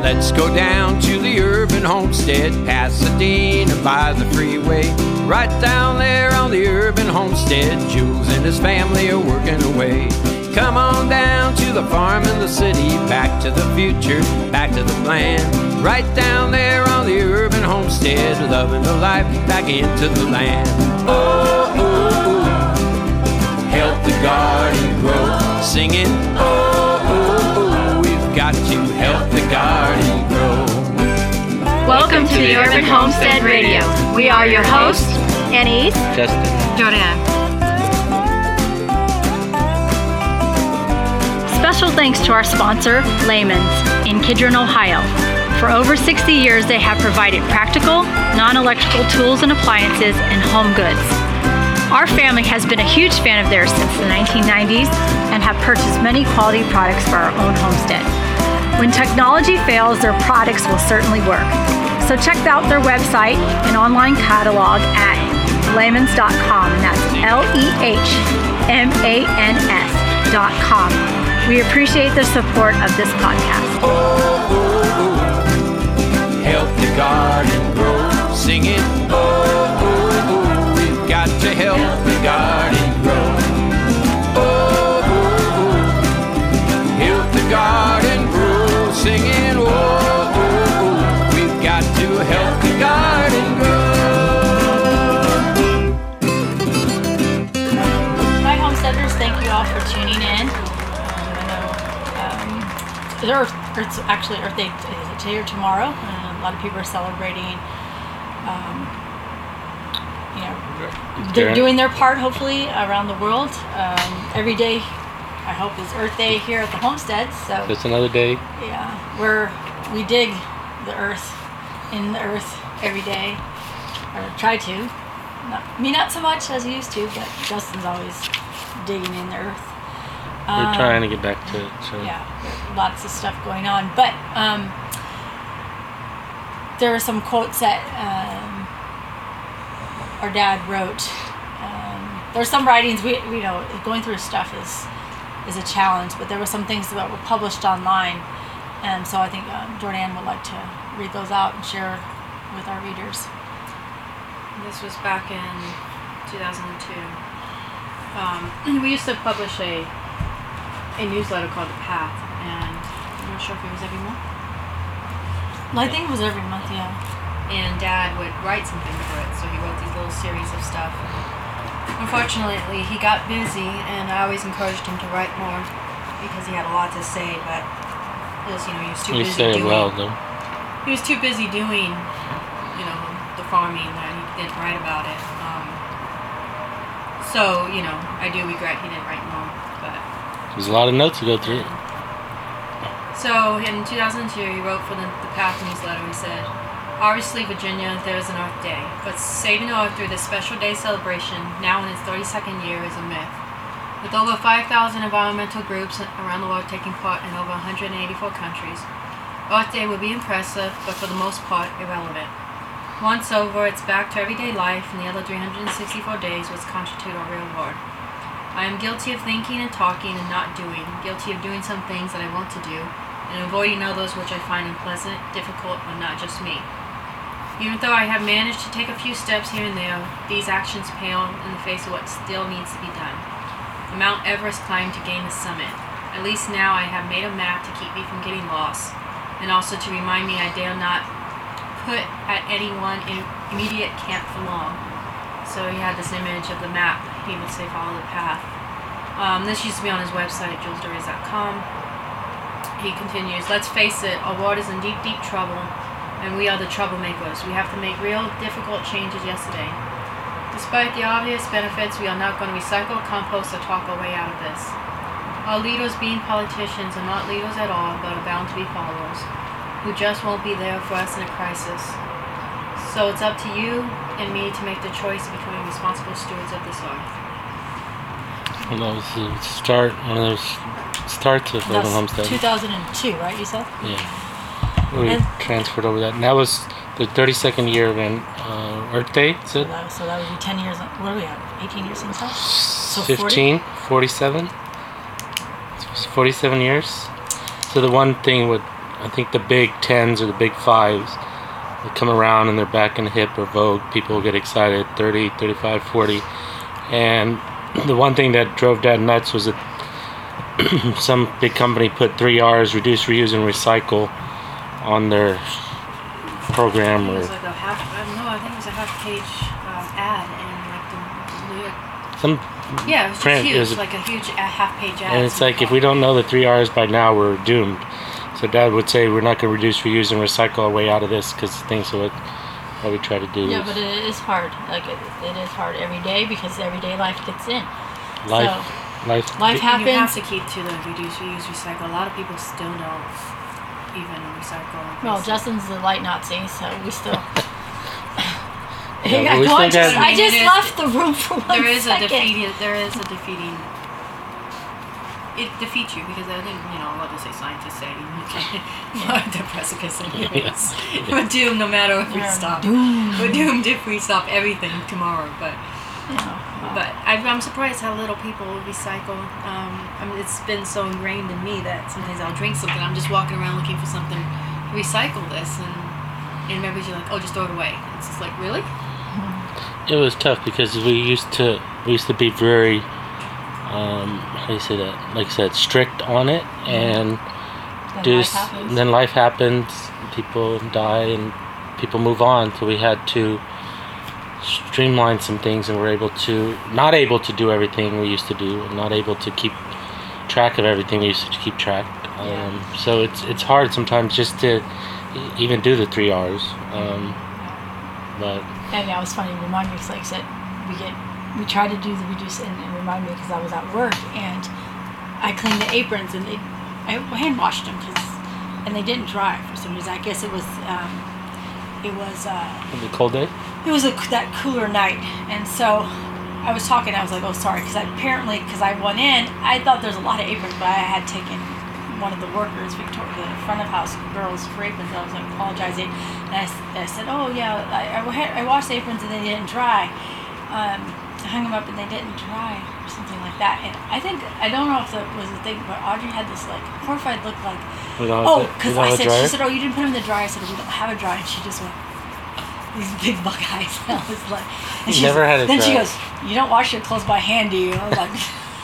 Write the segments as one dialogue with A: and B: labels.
A: Let's go down to the urban homestead, Pasadena by the freeway. Right down there on the urban homestead, Jules and his family are working away. Come on down to the farm in the city, back to the future, back to the plan. Right down there on the urban homestead, loving the life back into the land. Oh, oh, oh. help the garden grow, singing. Oh, oh, oh, we've got to help the garden grow.
B: Welcome to the Urban Homestead Radio. We are your hosts, Anise,
C: Justin.
B: Jordan. Special thanks to our sponsor, Layman's, in Kidron, Ohio. For over 60 years, they have provided practical, non electrical tools and appliances and home goods. Our family has been a huge fan of theirs since the 1990s and have purchased many quality products for our own homestead. When technology fails, their products will certainly work. So check out their website and online catalog at layman's.com. and That's L E H M A N S.com. We appreciate the support of this podcast.
A: Oh, oh, oh, help the garden grow, singing. Oh, oh, oh, we've got to help the garden grow. Oh, oh, oh, help the garden grow, singing. Oh, oh, oh, we've got to help the garden grow.
D: Hi, homesteaders. Thank you all for tuning in. Um, I know um, the Earth, it's actually Earth Day is it today or tomorrow. Uh, a lot of people are celebrating. Um, you know, they're doing their part, hopefully, around the world. Um, every day, I hope, is Earth Day here at the homestead. So
C: Just another day.
D: yeah, we're we dig the earth in the earth every day, or try to. Not, me not so much as I used to, but Justin's always digging in the earth.
C: We're trying
E: Um,
C: to get back to it. So.
D: Yeah, lots of stuff going on, but um, there were some quotes that um, our dad wrote. Um, there's some writings we you know going through stuff is is a challenge, but there were some things that were published online, and so I think uh, Jordan would like to read those out and share with our readers.
E: This was back in 2002. Um, we used to publish a a newsletter called The Path, and I'm not sure if it was every month.
D: Well, I think it was every month, yeah.
E: And Dad would write something for it, so he wrote these little series of stuff. Unfortunately, he got busy, and I always encouraged him to write more because he had a lot to say, but he was, you know, he was too
C: You
E: busy
C: say it
E: doing
C: well, though.
E: he was too busy doing, you know, the farming that he didn't write about it. Um, so, you know, I do regret he didn't write more. But
C: There's a lot of notes to go through.
E: so in 2002, he wrote for the, the Path newsletter. He said, "Obviously, Virginia, there is an Earth Day, but saving Earth through this special day celebration, now in its 32nd year, is a myth." With over 5,000 environmental groups around the world taking part in over 184 countries, Earth Day would be impressive, but for the most part, irrelevant. Once over, it's back to everyday life and the other 364 days which constitute our real world. I am guilty of thinking and talking and not doing, guilty of doing some things that I want to do, and avoiding others which I find unpleasant, difficult, or not just me. Even though I have managed to take a few steps here and there, these actions pale in the face of what still needs to be done. The Mount Everest climb to gain the summit. At least now I have made a map to keep me from getting lost, and also to remind me I dare not put at any one in immediate camp for long. So he had this image of the map. He would say, follow the path. Um, this used to be on his website, julesdurries.com. He continues, let's face it, our world is in deep, deep trouble, and we are the troublemakers. We have to make real, difficult changes yesterday. Despite the obvious benefits, we are not going to recycle, compost, or talk our way out of this. Our leaders, being politicians, are not leaders at all, but are bound to be followers, who just won't be there for us in a crisis. So it's up to you and me to make the choice of becoming responsible stewards of this earth.
C: You know, it's the start, one of those starts of Urban Homestead.
D: 2002, right? You said.
C: Yeah. We
D: And-
C: transferred over that. And that was the 32nd year of an, uh, Earth Day, is it?
D: That was- So that would be 10 years. What are we at? 18 years since that. So 40?
C: 15, 47. It's 47 years. So the one thing with I think the big tens or the big fives they come around and they're back and hip or vogue. People get excited 30, 35, 40. And the one thing that drove Dad nuts was that some big company put three R's reduce, reuse, and recycle on their program
E: It
C: or
E: was like a half. I don't know. I think it was a half-page um, ad in like the New York.
C: some
E: Yeah, it was
C: Print
E: huge,
C: is-
E: like a huge a half-page ad.
C: And it's like if we don't know the three R's by now, we're doomed. So Dad would say we're not going to reduce, reuse, and recycle our way out of this because things are what, what we try to do.
D: Yeah,
C: is
D: but it is hard. Like it, it is hard every day because everyday life gets in.
C: life, life,
D: Life
E: And You have
D: happens.
E: to keep to the reduce, reuse, recycle. A lot of people still don't even recycle. and
D: Well,
E: recycle.
D: Justin's the light Nazi, so we still.
C: Yeah,
D: Hang on,
C: but we
D: go on,
C: still got-
D: Justin. I just
E: There is-
D: left the room for one
E: there is
D: second.
E: a defeating. There is a defeating. It defeats you because I think you know what does a scientist say? the precipice
C: Yes.
E: We're doomed no matter if we
D: Yeah.
E: stop. We're doomed if we stop everything tomorrow. But but I, I'm surprised how little people recycle. Um, I mean, it's been so ingrained in me that sometimes I'll drink something. I'm just walking around looking for something. Recycle this, and and everybody's like, oh, just throw it away. It's just like really.
C: it was tough because we used to we used to be very um, how do you say that? Like I said, strict on it, and
D: Then
C: do
D: life
C: s-
D: happens.
C: then life happens, people die, and people move on. So we had to streamline some things, and we're able to not able to do everything we used to do, and not able to keep track of everything we used to keep track. Um, So it's it's hard sometimes just to e- even do the three R's. Um, but
D: And that was funny. Remind me, because like I said, we get we try to do the reduce and, and remind me because I was at work and I cleaned the aprons and they I hand washed them because and they didn't dry for some reason. I guess it was um, it was. Uh,
C: the cold day.
D: it was a, that cooler night and so i was talking i was like oh sorry because apparently because i went in i thought there's a lot of aprons but i had taken one of the workers victoria the front of house girls for aprons i was like apologizing and i, s- I said oh yeah I, I, wa- I washed the aprons and they didn't dry um, i hung them up and they didn't dry or something like that and i think i don't know if that was the thing but audrey had this like horrified look like
C: We don't have
D: Oh,
C: to- we
D: because
C: don't
D: I
C: have a
D: said,
C: dryer?
D: she said, oh, you didn't put them in the dryer. I said, we don't have a dryer. And she just went, these big bug eyes. And I was like, and she
C: Never had a
D: Then she
C: dryer.
D: goes, you don't wash your clothes by hand, do you? And I was like,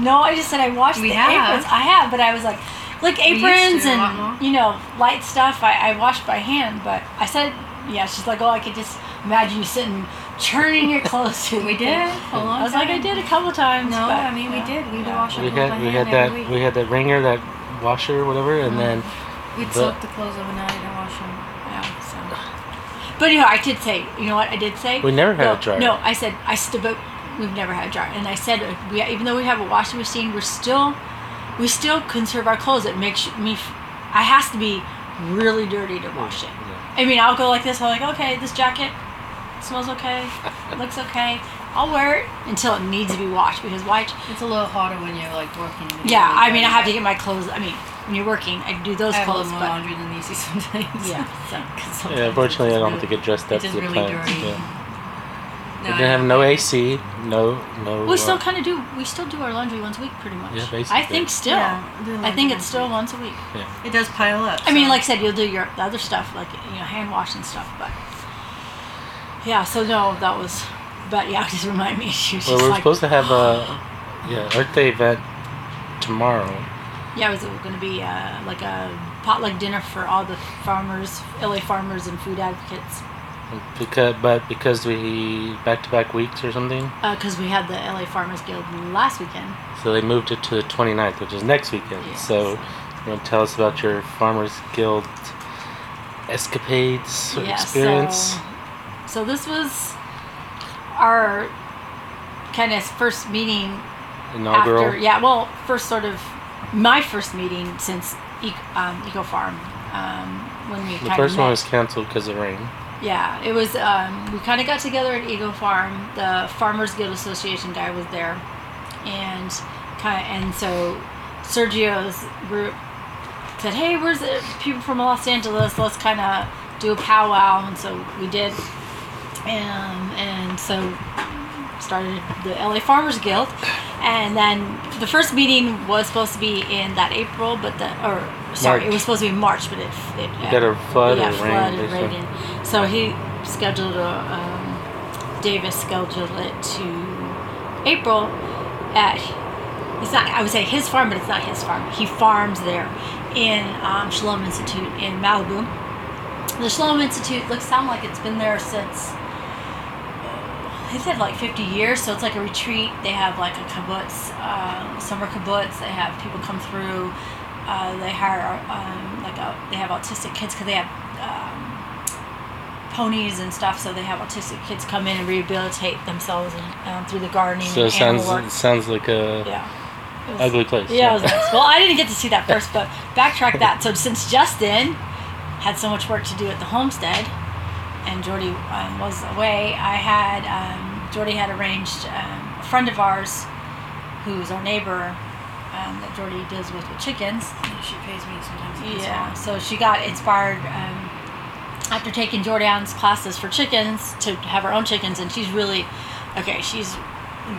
D: no, I just said I washed
E: We
D: the
E: have.
D: aprons. I have, but I was like, like
E: used to
D: aprons
E: a
D: and,
E: lot more.
D: you know, light stuff, I, I washed by hand. But I said, yeah, she's like, oh, I could just imagine you sitting churning your clothes. through
E: We
D: the
E: did.
D: thing."
E: A long
D: I was like, I
E: time.
D: did a couple times.
E: No,
D: but,
E: I mean we
D: yeah.
E: did. We
D: Yeah.
E: washed our
C: We
E: clothes by
C: had we had
E: hand
C: that
E: every
C: we
E: week.
C: had that wringer, that washer, or whatever, and then
D: Mm-hmm.
E: We'd
C: the-
E: soak the clothes overnight and wash them.
D: Yeah, so. But anyhow, I did say, you know what I did say?
C: We never had
D: no,
C: a dryer.
D: No, I said, I st- but we've never had a dryer. And I said, uh, we, even though we have a washing machine, we're still, we still conserve our clothes. It makes me, f- I has to be really dirty to wash it. I mean, I'll go like this. I'm like, okay, this jacket smells okay, looks okay. I'll wear it until it needs to be washed because why?
E: It's a little harder when you're like working. and
D: Yeah,
E: you're, like,
D: I mean, I
E: doing
D: have to get my clothes. I mean, when you're working, I do those
E: I have a
D: clothes,
E: little more
D: but
E: laundry than Lucy sometimes.
D: yeah. So.
C: yeah, unfortunately I don't have to get dressed up
E: It's
C: to
E: just
C: the
E: really
C: plants.
E: dirty.
C: Yeah.
E: No,
C: we didn't have no AC, no no.
D: We
C: uh,
D: still kind of do. We still do our laundry once a week, pretty much.
C: Yeah, basically.
D: I think still.
E: Yeah, do
D: I
E: laundry
D: think
E: once
D: it's
E: a
D: still
E: week.
D: once a week.
E: It does pile up.
D: I mean,
E: so-
D: like I said, you'll do your the other stuff, like you know, hand wash and stuff. But yeah, so no, that was. But yeah, just remind me. She was
C: well,
D: just
C: we're
D: like,
C: supposed to have a yeah Earth Day event tomorrow.
D: yeah, it was going to be uh, like a potluck dinner for all the farmers, LA farmers, and food advocates,
C: Because, but because we back to back weeks or something,
D: because uh, we had the LA Farmers Guild last weekend.
C: so they moved it to the 29th, which is next weekend.
D: Yes.
C: So, you want to tell us about your Farmers Guild escapades or
D: Yeah,
C: experience?
D: So, so this was our kind of first meeting
C: Inaugural.
D: after yeah well first sort of my first meeting since Eco, um, Eco Farm um, when we
C: The
D: kind
C: first
D: of
C: one was canceled because of rain.
D: yeah it was um, we kind of got together at Eco Farm the Farmers Guild Association guy was there and kind and so Sergio's group said hey where's the people from Los Angeles let's kind of do a powwow and so we did and and so started the LA Farmers Guild, and then the first meeting was supposed to be in that April, but the or sorry, it
C: March.
D: was supposed to be March, but it it
C: got a flood
D: yeah,
C: or rain,
D: flood
C: they
D: and
C: said.
D: rain. So he scheduled a um, Davis scheduled it to April at it's not I would say his farm, but it's not his farm. He farms there in um, Shalom Institute in Malibu. The Shalom Institute looks sound like it's been there since they said like 50 years, so it's like a retreat. They have like a kibbutz, uh, summer kibbutz. They have people come through. Uh, they hire um, like a, they have autistic kids because they have um, ponies and stuff. So they have autistic kids come in and rehabilitate themselves and, um, through the gardening.
C: So it
D: and animal
C: sounds
D: work.
C: it sounds like a
D: yeah. It was-
C: ugly place.
D: yeah, it was nice. Well, I didn't get to see that first, but backtrack that. So since Justin had so much work to do at the homestead, and Jordy um, was away, I had um, Jordy had arranged um, a friend of ours, who's our neighbor, um, that Jordy deals with with chickens.
E: She pays me sometimes. if it's
D: Yeah,
E: wrong.
D: so she got inspired um, after taking Jordan's classes for chickens to have her own chickens, and she's really okay. She's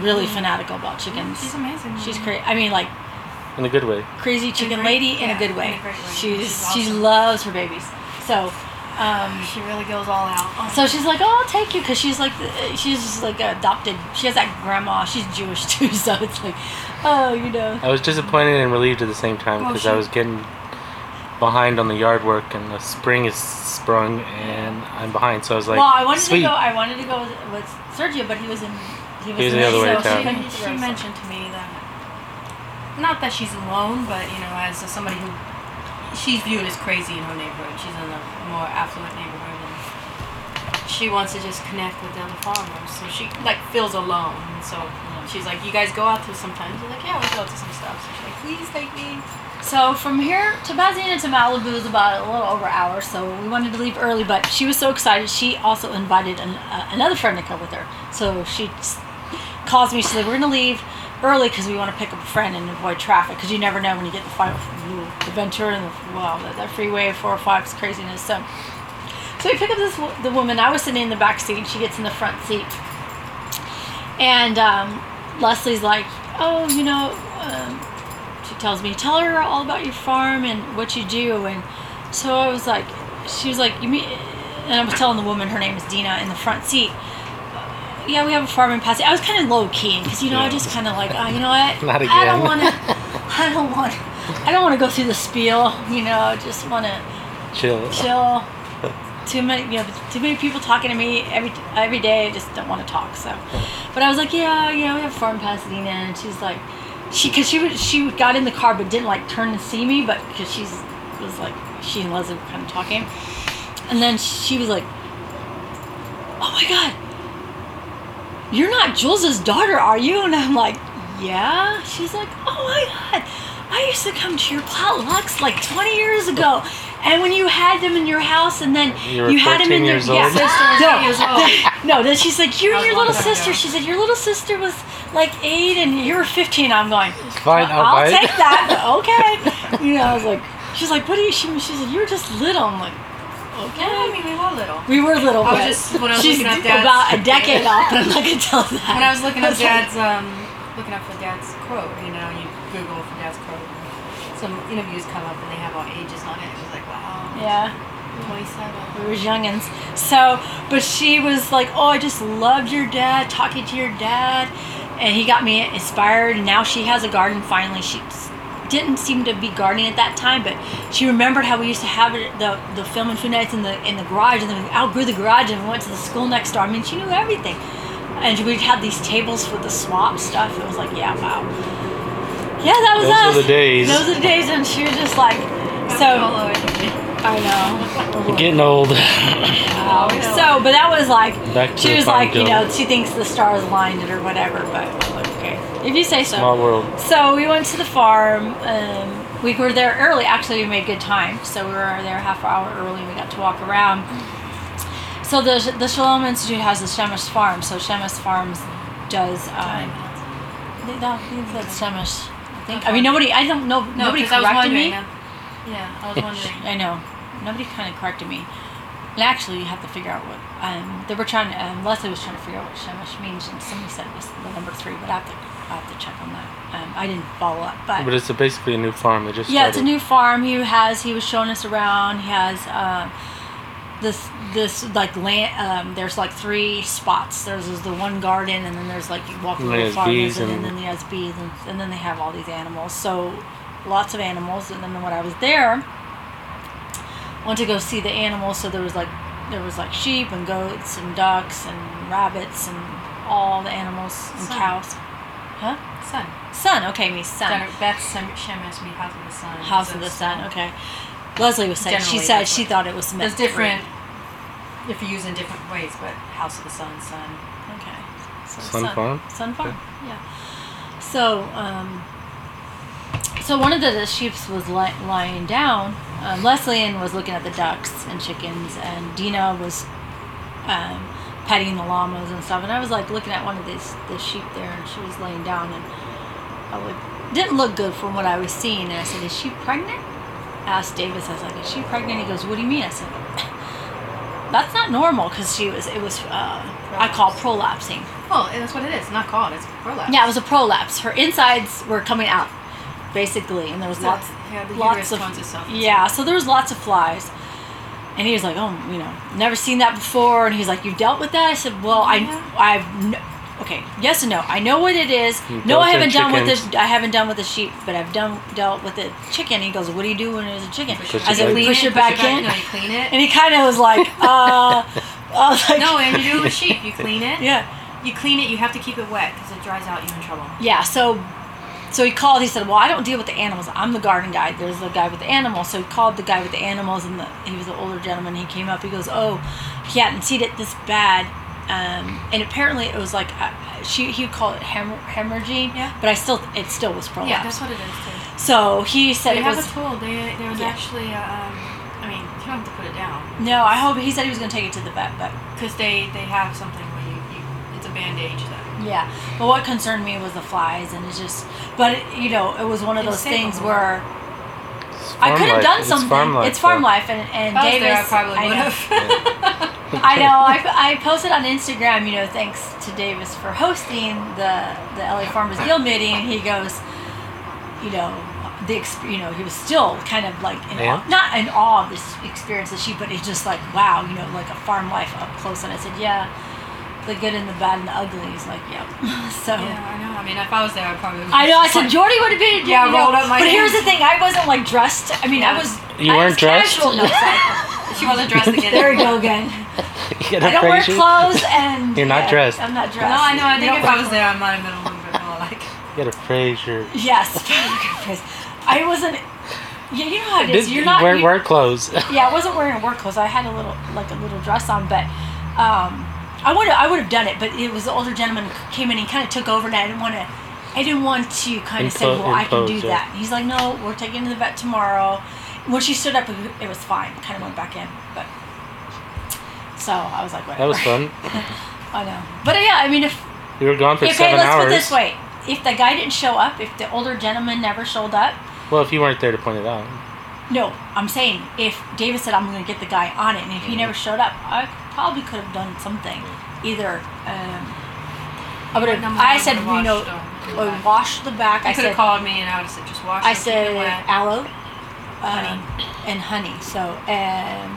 D: really fanatical about chickens.
E: She's amazing.
D: She's crazy. I mean, like
C: in a good way.
D: crazy chicken
E: great-
D: lady in
E: yeah,
D: a good way.
E: in a great way.
D: She's,
E: She's
D: she
E: awesome.
D: loves her babies. So, um,
E: She really goes all out.
D: so she's like, oh, I'll take you because she's like, the- she's just like adopted. She has that grandma. She's Jewish too, so it's like, oh, you know.
C: I was disappointed and relieved at the same time
D: Oh,
E: Well,
C: because
E: she-
C: I was getting behind on the yard work and the spring is sprung and I'm behind. So I was like,
D: well, I wanted
C: sweet.
D: to go. I wanted to go with, with Sergio, but he was in. He was,
C: He was
D: in
C: the other way
D: Mexico, so
C: down.
D: he
E: She,
D: couldn't get
E: she
D: to Rosas.
E: mentioned to me that not that she's alone, but you know, as somebody who she's viewed as crazy in her neighborhood. She's in a more affluent neighborhood, and she wants to just connect with the other farmers. So she like feels alone. And so she's like, "You guys go out to sometimes." We're like, "Yeah, we go out to some stuff." So she's like, "Please take me."
D: So from here to Pasadena to Malibu is about a little over an hour, so we wanted to leave early, but she was so excited. She also invited an, uh, another friend to come with her. So she s- calls me. She's like, "We're gonna leave early because we want to pick up a friend and avoid traffic because you never know when you get the final the Ventura and the, wow that, that freeway 405 is craziness." So so we pick up this wo- the woman. I was sitting in the back seat. and She gets in the front seat, and um, Leslie's like, "Oh, you know." Um, she tells me, tell her all about your farm and what you do. And so I was like, she was like, you mean, and I was telling the woman, her name is Dina, in the front seat. Yeah, we have a farm in Pasadena. I was kind of low key because you know I
C: Yeah.
D: just kind of like, oh, you know what?
C: Not
D: I
C: again.
D: don't want to. I don't want. I don't want to go through the spiel. You know, I just want to
C: Chill.
D: chill. Too many, you know, too many people talking to me every every day. I just don't want to talk. So, but I was like, yeah, you know, we have a farm in Pasadena, and she's like, she, cause she was, she got in the car but didn't like turn to see me, but cause she's was like, she and Leslie were kind of talking, and then she was like, oh my god, you're not Jules's daughter, are you? And I'm like, yeah. She's like, oh my god, I used to come to your potlucks like 20 years ago, and when you had them in your house, and then
C: You were
D: you, had them in
C: 13
D: your
C: years
D: yeah,
C: old?
D: no,
E: years old.
D: no. Then she's like, you
E: I
D: and
E: was
D: your little
E: wondering, yeah.
D: sister. She said your little sister was like eight, and you were 15. I'm going.
C: Fine,
D: Well,
C: I'll
D: I'll,
C: buy it.
D: take that. but okay. You know, I was like, she's like, what are you? She, she said, you were just little. I'm like,
E: Yeah, "Oh, I
D: okay.
E: mean, we were little.
D: We were little.
E: I was
D: but
E: just- when I was
D: she's
E: looking at Dad's-
D: about a decade off, but I'm not gonna tell that.
E: When I was looking up
D: like,
E: Dad's, um, looking up for Dad's quote, you know, you Google for Dad's quote. Some interviews come up and they have all ages on it. It was like, wow,
D: yeah.
E: 27.
D: We was youngins. So, but she was like, "Oh, I just loved your dad, talking to your dad," and he got me inspired. And now she has a garden. Finally, she s- didn't seem to be gardening at that time, but she remembered how we used to have it the the film and food nights in the in the garage, and then we outgrew the garage and we went to the school next door. I mean, she knew everything. And we had these tables with the swap stuff. It was like, yeah, wow. Yeah, that was
C: Those
D: us.
C: were the days.
D: Those are the days, and she was just like,
E: all
D: so
E: over the place.
D: I know.
C: We're getting old.
D: Oh, so, but that was like
C: Back to
D: she
C: the
D: was
C: fine
D: like you know
C: gentleman.
D: she thinks the stars aligned it or whatever. But okay, if you say so.
C: Small world.
D: So we went to the farm. Um, we were there early. Actually, we made good time. So we were there half an hour early. We got to walk around. So the the Shalom Institute has the Shemesh Farm. So Shemesh Farms does. Um, they don't think that's Shemesh. I think. I mean, nobody. I don't know.
E: No,
D: nobody
E: because I was uh,
D: corrected
E: wondering. uh,
D: me.
E: Yeah, I was wondering.
D: I know. Nobody kind of corrected me. And actually, you have to figure out what um, they were trying to. Um, Leslie was trying to figure out what Shemesh means, and somebody said it was the number three, but I have to, I have to check on that. Um, I didn't follow up, but,
C: But it's a, basically a new farm. They just
D: yeah, it's a
C: started.
D: new farm. He has. He was showing us around. He has um, this this like land. Um, there's like three spots. There's, there's the one garden, and then there's like you walk
C: And
D: through the
C: there's
D: farm,
C: bees
D: and,
C: and-
D: then he has bees, and, and then they have all these animals. So lots of animals. And then when I was there, went to go see the animals. So there was like there was like sheep and goats and ducks and rabbits and all the animals and
E: Sun.
D: cows. Huh?
E: Sun.
D: Sun. Okay, me sun.
E: Beth's Shemesh means House of the Sun.
D: House
E: So
D: of the
E: it's-
D: Sun. Okay. Leslie was saying she
E: Generally,
D: said
E: that's
D: she
E: what-
D: thought it was meant
E: There's different, if you use in different ways, but House of the Sun, Sun.
D: Okay. So
C: Sun Farm?
D: Sun Farm. Yeah. So, um, so one of the, the sheeps was li- lying down. Um, Leslie Ann was looking at the ducks and chickens, and Dina was um, petting the llamas and stuff. And I was like looking at one of these the sheep there, and she was laying down, and I looked, didn't look good from what I was seeing. And I said, "Is she pregnant?" asked Davis. I was like, "Is she pregnant?" He goes, "What do you mean?" I said, "That's not normal because she was. It was. Uh, I call prolapsing.
E: Well, and that's what it is. Not called. It's prolapse.
D: Yeah, it was a prolapse. Her insides were coming out, basically, and there was
E: The-
D: lots,
E: yeah, the
D: lots
E: uterus
D: of
E: tones itself.
D: yeah. So there was lots of flies, and he was like, "Oh, you know, never seen that before." And he's like, "You've dealt with that?" I said, "Well, I,
E: Yeah.
D: I've, kn- okay, yes and no. I know what it is.
C: You've
D: no,
C: dealt
D: I
C: with
D: haven't done with
C: chickens.
D: this. I haven't done with the sheep, but I've done dealt with the chicken." He goes, "What do you do when there's a chicken?"
C: Push it
D: I said,
C: back.
E: Clean
D: "Push it back in,"
E: No, you clean
D: and
E: it.
D: he kind of was like, "Uh." I was like,
E: No, and you do it with sheep. You clean it.
D: yeah.
E: You clean it. You have to keep it wet because it dries out. You're in trouble.
D: Yeah, so so he called. He said, "Well, I don't deal with the animals. I'm the garden guy. There's the guy with the animals." So he called the guy with the animals, and the, he was an older gentleman. He came up. He goes, "Oh, he hadn't seen it this bad." Um, and apparently, it was like uh, she he called it hem- hemorrhaging.
E: Yeah.
D: But I still, it still was prolapse.
E: Yeah, that's what it is too.
D: so he said
E: They
D: it
E: have
D: was.
E: a tool. They, there was
D: Yeah.
E: actually, a, um, I mean, you don't have to put it down
D: no, I hope he said he was going to take it to the vet, but
E: because they, they have something where you, you it's a bandage that
D: Yeah, but what concerned me was the flies, and it's just. But it, you know, it was one of
E: It's
D: those things
E: stable.
D: where
C: It's
D: I
C: farm
D: could have
C: life.
D: done
C: It's
D: something.
C: farm life, though.
D: life, and and
E: If I was
D: Davis.
E: there, I probably
D: I
E: would
D: know.
E: have.
D: I know. I, I posted on Instagram, you know, thanks to Davis for hosting the the LA Farmers Guild meeting. He goes, you know, the exp- you know he was still kind of like in
C: Yeah.
D: awe, not in awe of this experience that she, but he's just like wow, you know, like a farm life up close. And I said, yeah, the good and the bad and the ugly. He's like, yep. so.
E: yeah, I know. I mean, if I was there, I probably. Would
D: I know. I said Jordy would have been.
E: Yeah,
D: you
E: rolled
D: know,
E: up my
D: But here's the
E: hands.
D: thing. I wasn't like dressed. I mean, I
E: Yeah.
D: was.
C: You
D: I
C: weren't
D: was
C: dressed?
D: Casual. No, sorry.
E: She wasn't dressed again.
D: there we go again.
C: You
D: I
C: gotta
D: don't wear
C: praise you.
D: clothes, and
C: You're not dressed.
D: I'm not
E: No,
D: dressed.
E: I know. I think
D: You
E: if
D: don't-
E: I was there, I might have been a little bit more like.
C: You gotta praise your.
D: Yes. I wasn't. Yeah, you know how it is.
C: Did-
D: You're not.
C: wear,
D: you-
C: wear clothes.
D: yeah, I wasn't wearing work clothes. I had a little like a little dress on, but um, I would I would have done it. But it was the older gentleman came in and kind of took over, and I didn't want to. I didn't want to kind of say,
C: Impo-
D: well, I can do
C: impose, yeah.
D: that. He's like, no, we're taking you to the vet tomorrow. When she stood up, it was fine. Kind of went back in, but so I was like,
C: That
D: whatever.
C: was fun.
D: I know, but uh, yeah, I mean, if
C: You were gone for 7
D: okay, let's
C: hours.
D: put it this way: if the guy didn't show up, if the older gentleman never showed up,
C: Well, if you weren't there to point it out,
D: No, I'm saying if Davis said I'm going to get the guy on it, and if he never showed up, I probably could have done something. Either um, I would have.
E: Number
D: I
E: one,
D: said,
E: would've
D: you know,
E: washed them.
D: uh, wash the back.
E: I
D: I
E: could
D: said,
E: have called me and I would have said just wash.
D: I
E: them, keep
D: said
E: it wet.
D: aloe, um,
E: Honey.
D: and honey. So um,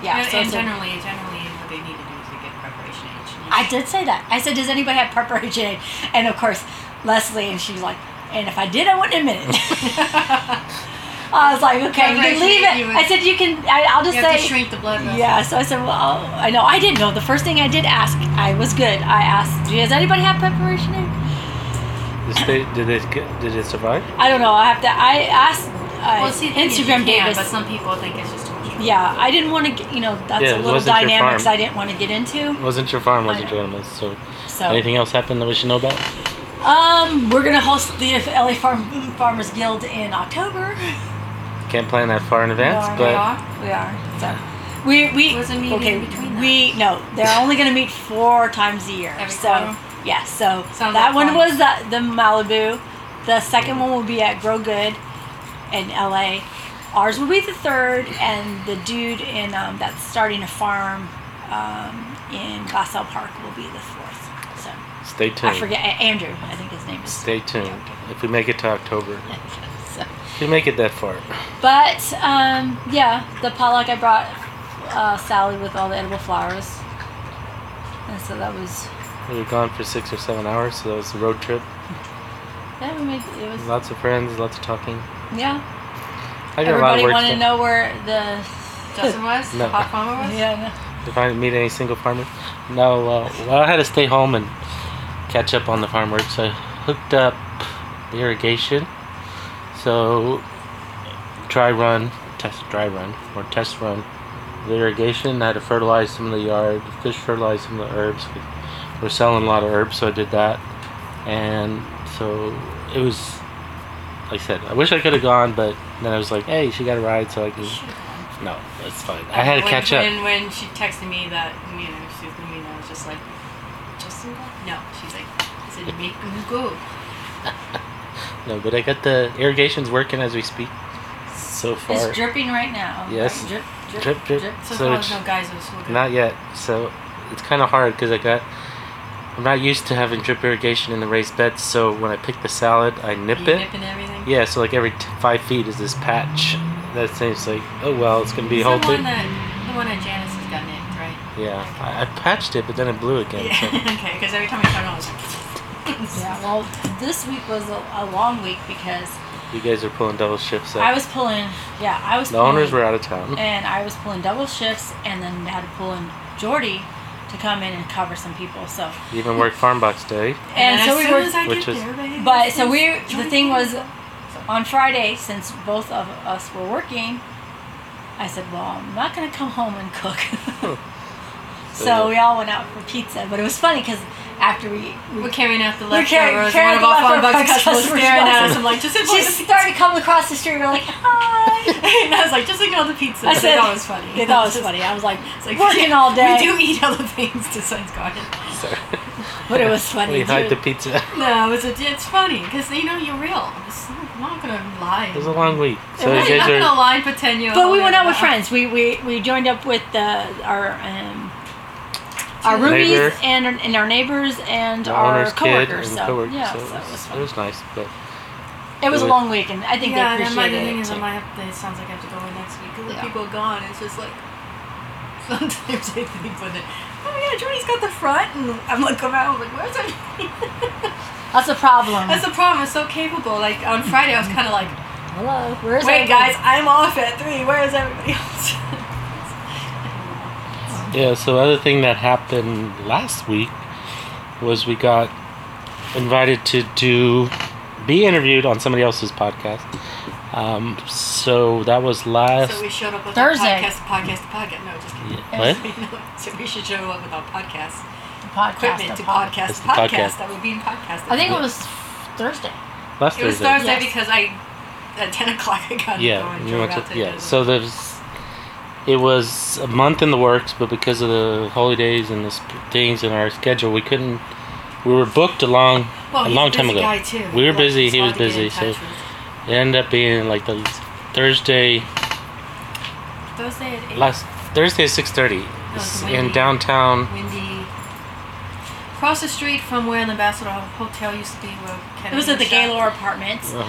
D: yeah.
E: and,
D: so
E: and
D: it's a-
E: generally, generally, what they need to do is they get preparation age.
D: I did say that. I said, does anybody have preparation aid? And of course, Leslie, and she's like, and if I did, I wouldn't admit it. I was like, okay, you
E: Preparation
D: can leave
E: aid,
D: it.
E: you would-
D: I said, you can. I, I'll just
E: You
D: say.
E: have to shrink the blood vessels.
D: Yeah, so I said, well, I know I didn't know. The first thing I did ask, I was good. I asked, does anybody have preparation aid?
C: did they, did they get- did it survive?
D: I don't know. I have to. I asked uh,
E: Well, see, the thing is you
D: Instagram
E: can,
D: Davis.
E: but some people think it's just too much. trouble.
D: yeah, I didn't want to. You know, that's
C: Yeah, it
D: a little
C: wasn't your
D: dynamics
C: farm.
D: I didn't want to get into.
C: It wasn't your farm,
D: I
C: wasn't your animals. So,
D: So,
C: anything else happened that we should know about?
D: um, we're gonna host the LA Farm Farmers Guild in October.
C: Can't plan that far in advance,
D: Nor-
C: but
D: we are. So. We, we
E: Was a meeting
D: okay.
E: between
D: we no, they're only going to meet four times a year.
E: Every
D: so
E: quarter?
D: yeah, so
E: Sounds like
D: that one
E: fun.
D: was the, the Malibu. The second one will be at Grow Good in LA, Ours will be the third, and the dude in um, that's starting a farm um, in Glassell Park will be the fourth. So
C: Stay tuned.
D: I forget A- Andrew. I think his name is.
C: Stay tuned. If we make it to October,
D: So-
C: if we make it that far,
D: But um, yeah, the potluck I brought uh, salad with all the edible flowers, and so that was
C: we were gone for six or seven hours, so that was a road trip.
D: yeah. We made, it was
C: Lots of friends, lots of talking.
D: yeah.
C: I did a lot of
D: Everybody
C: work.
D: wanted to
C: to-
D: know where the
E: Justin was?
C: No.
E: Hot farmer was?
D: yeah.
C: If I meet any single farmer, no. Uh, well, I had to stay home and catch up on the farm work, so I hooked up the irrigation. So dry run, test dry run or test run the irrigation. I had to fertilize some of the yard, fish fertilize some of the herbs. We we're selling a lot of herbs, so I did that, and so it was. Like I said, I wish I could have gone, but then I was like, "Hey, she got a ride, so I can." No, that's fine. I had to
E: When-
C: catch up.
E: When, when she texted me that, you know, she was leaving, I was just like, Justin? gone?" No. She's like, is it me? Go.
C: No, but I got the irrigation's working as we speak. So far,
D: It's dripping right now.
C: Yes.
D: Right? Drip, drip,
C: Drip, drip.
E: So,
C: So
E: far,
C: it's-
E: no guys, it was so good.
C: not yet. So it's kind of hard because I got. I'm not used to having drip irrigation in the raised beds, so when I pick the salad, I nip
E: You
C: it.
E: nipping everything?
C: Yeah, so like every t- five feet is this patch. That seems like, oh well, it's gonna be
E: It's
C: a whole
E: the one
C: thing.
E: that the one that Janice has gotten in, right?
C: Yeah, I, I patched it, but then it blew again.
E: Yeah.
C: So.
E: okay, because every time I turn on, I was like,
D: Yeah. Well, this week was a, a long week because
C: You guys are pulling double shifts
D: I
C: up.
D: was pulling. Yeah, I was.
C: The owners
D: pulling-
C: were out of town.
D: and I was pulling double shifts, and then had to pull in Jordy to come in and cover some people. So,
C: You even worked farm box day.
D: and,
E: then
D: so
E: as
D: we
E: soon
D: were.
E: as I
C: Which
E: get
C: is-
E: there, babe,
D: but
E: this is
D: so we, the thing was,
E: joyful.
D: on Friday, since both of us were working, I said, "Well, I'm not gonna come home and cook." so we all went out for pizza, but it was funny because after we, we
E: We're carrying out the
D: We're carrying-
E: leftovers.
D: carrying
E: One of our farm
D: the
E: box
D: leftovers
E: customers
D: customers
E: staring at
D: also.
E: us. I'm like, just ignore
D: she
E: the pizza.
D: started coming across the street. We were like, "Hi."
E: and I was like, just ignore the pizza.
D: I
E: They
D: said-
E: thought it was funny.
D: They thought it was funny. I was like,
E: It's like
D: working all day,
E: We do eat other things besides garden.
C: Sorry.
D: but it was funny.
C: we hide the
D: too.
C: pizza.
E: No, it's it's funny because you know you're real. It's not, not gonna lie.
C: It was a long week. So
E: You're
C: you guys
E: not
C: are
E: gonna lie and pretend
C: Oh,
E: you.
D: But we went out with friends. We we, we joined up with the, our um, our roomies
C: Neighbor.
D: and our, and our neighbors and
C: the
D: our
C: owner's kid
D: coworkers.
C: and
D: so
C: coworkers.
D: yeah,
C: so
D: so it
C: it
D: was fun.
C: was nice, but
D: It was a
C: it was-
D: long week, and I think
E: yeah,
D: they
E: and my
D: appreciated
E: thing
D: it.
E: is, I
D: too.
E: might have to. It sounds like I have to go in next week because
D: Yeah.
E: the people are gone. It's just like sometimes I think when they, oh yeah, Jordy's got the front, and I'm like, come out. I'm like, where's everybody?
D: That's a problem.
E: That's the problem. It's so capable. Like on Friday, I was kind of like,
D: Hello, where's
E: wait, guys,
D: everybody?
E: I'm off at three. Where is everybody else?
C: yeah. So other thing that happened last week was we got invited to do be interviewed on somebody else's podcast. Um, so that was last.
E: so we showed up with
D: Thursday.
E: our podcast, podcast, podcast. No, just kidding.
C: what?
E: so we should show up with our podcast
D: Podcast,
E: equipment to
D: the pod-
E: podcast,
C: It's the
E: podcast,
C: podcast.
E: that would be in podcast.
D: I think it was Thursday.
C: Last
E: It was Thursday
C: Thursday.
E: Oh,
D: Yes.
E: because I at ten o'clock I got
C: yeah,
E: going.
C: we went
E: out
C: to, yeah.
E: do
C: So there's, it was a month in the works, but because of the holidays and the sp- things in our schedule, we couldn't. We were booked a long,
E: well,
C: a
E: he's
C: long
E: busy
C: time ago.
E: Guy too.
C: We were
E: Like,
C: busy.
E: it's
C: He was
E: hard to get
C: busy.
E: in
C: So
E: touch with-
C: it ended up being like the Thursday
E: Thursday at eight.
C: last Thursday at six thirty
E: it's
C: in
E: windy.
C: downtown.
E: windy. Across the street from where the Ambassador Hotel used to be, where Kennedy
D: It was at the
E: shot.
D: Gaylord Apartments,
C: Uh,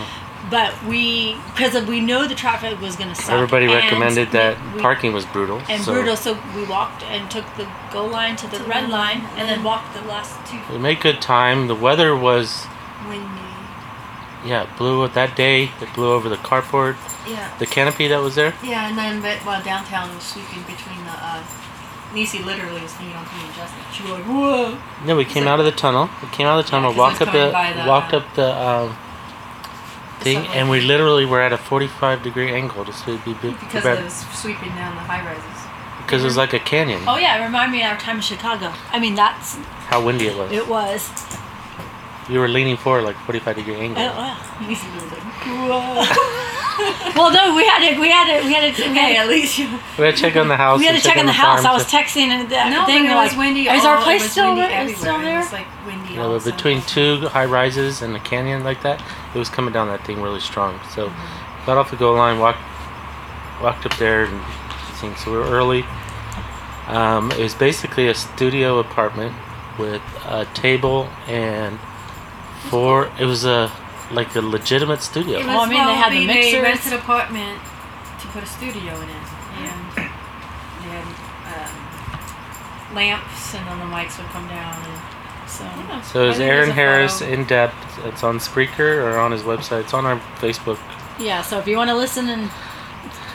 D: but we because we know the traffic was going to suck.
C: Everybody
D: and
C: recommended that
D: we-
C: parking was brutal.
D: And
C: so
D: brutal, so we walked and took the goal line to the red line, and then walked the last two.
C: We made good time. The weather was
E: Windy.
C: yeah it blew that day. It blew over the carport,
E: Yeah.
C: the canopy that was there.
E: Yeah, and then but while downtown was sweeping between the. Uh, Niecy literally was hanging on to me and Justin. She was like, whoa.
C: No, we came out of the tunnel. We came out of the tunnel,
E: 'cause it
C: walked
E: was
C: up the,
E: coming by the,
C: walked
E: uh,
C: up the um, thing,
E: subway.
C: and we literally were at a forty-five degree angle just to be
E: Because it was sweeping down the high rises.
C: because it was like a canyon.
D: Oh yeah, it reminded me of our time in Chicago. I mean, that's
C: How windy it was.
D: it was. Oh,
C: You were leaning forward like forty-five degree angle.
D: I don't know.
E: Niecy was like, whoa.
D: Well, no, we had to, we had to, we had to, we
E: hey,
D: had
E: at
D: to,
E: least you.
C: We had to check on the house.
D: we had
C: and
D: to check in the house.
C: farm,
D: I was
C: so-
D: texting and the
E: No,
D: thing
E: but it
D: like,
E: was windy.
D: is
E: all-
D: our
E: it
D: place
E: was
D: still
E: windy
D: there? Is
E: everywhere.
D: still
E: It
D: there?
E: was like windy.
C: Yeah,
E: all
C: but
E: summer.
C: between two high rises and a canyon like that, it was coming down that thing really strong. So, got off the goal line, walked walked up there and things. So we were early. Um, it was basically a studio apartment with a table and four. It was a like a legitimate studio.
E: It
D: Well, I
E: was
D: mean, they had the
E: probably They
D: mixers.
E: rented an apartment to put a studio in it, and they had um, lamps, and then the mics would come down. And,
C: So
D: So
C: it
E: I think
C: was
E: there's
C: Aaron
E: a
C: Harris
E: photo.
C: in depth. It's on Spreaker or on his website. It's on our Facebook.
D: yeah, so if you want to listen and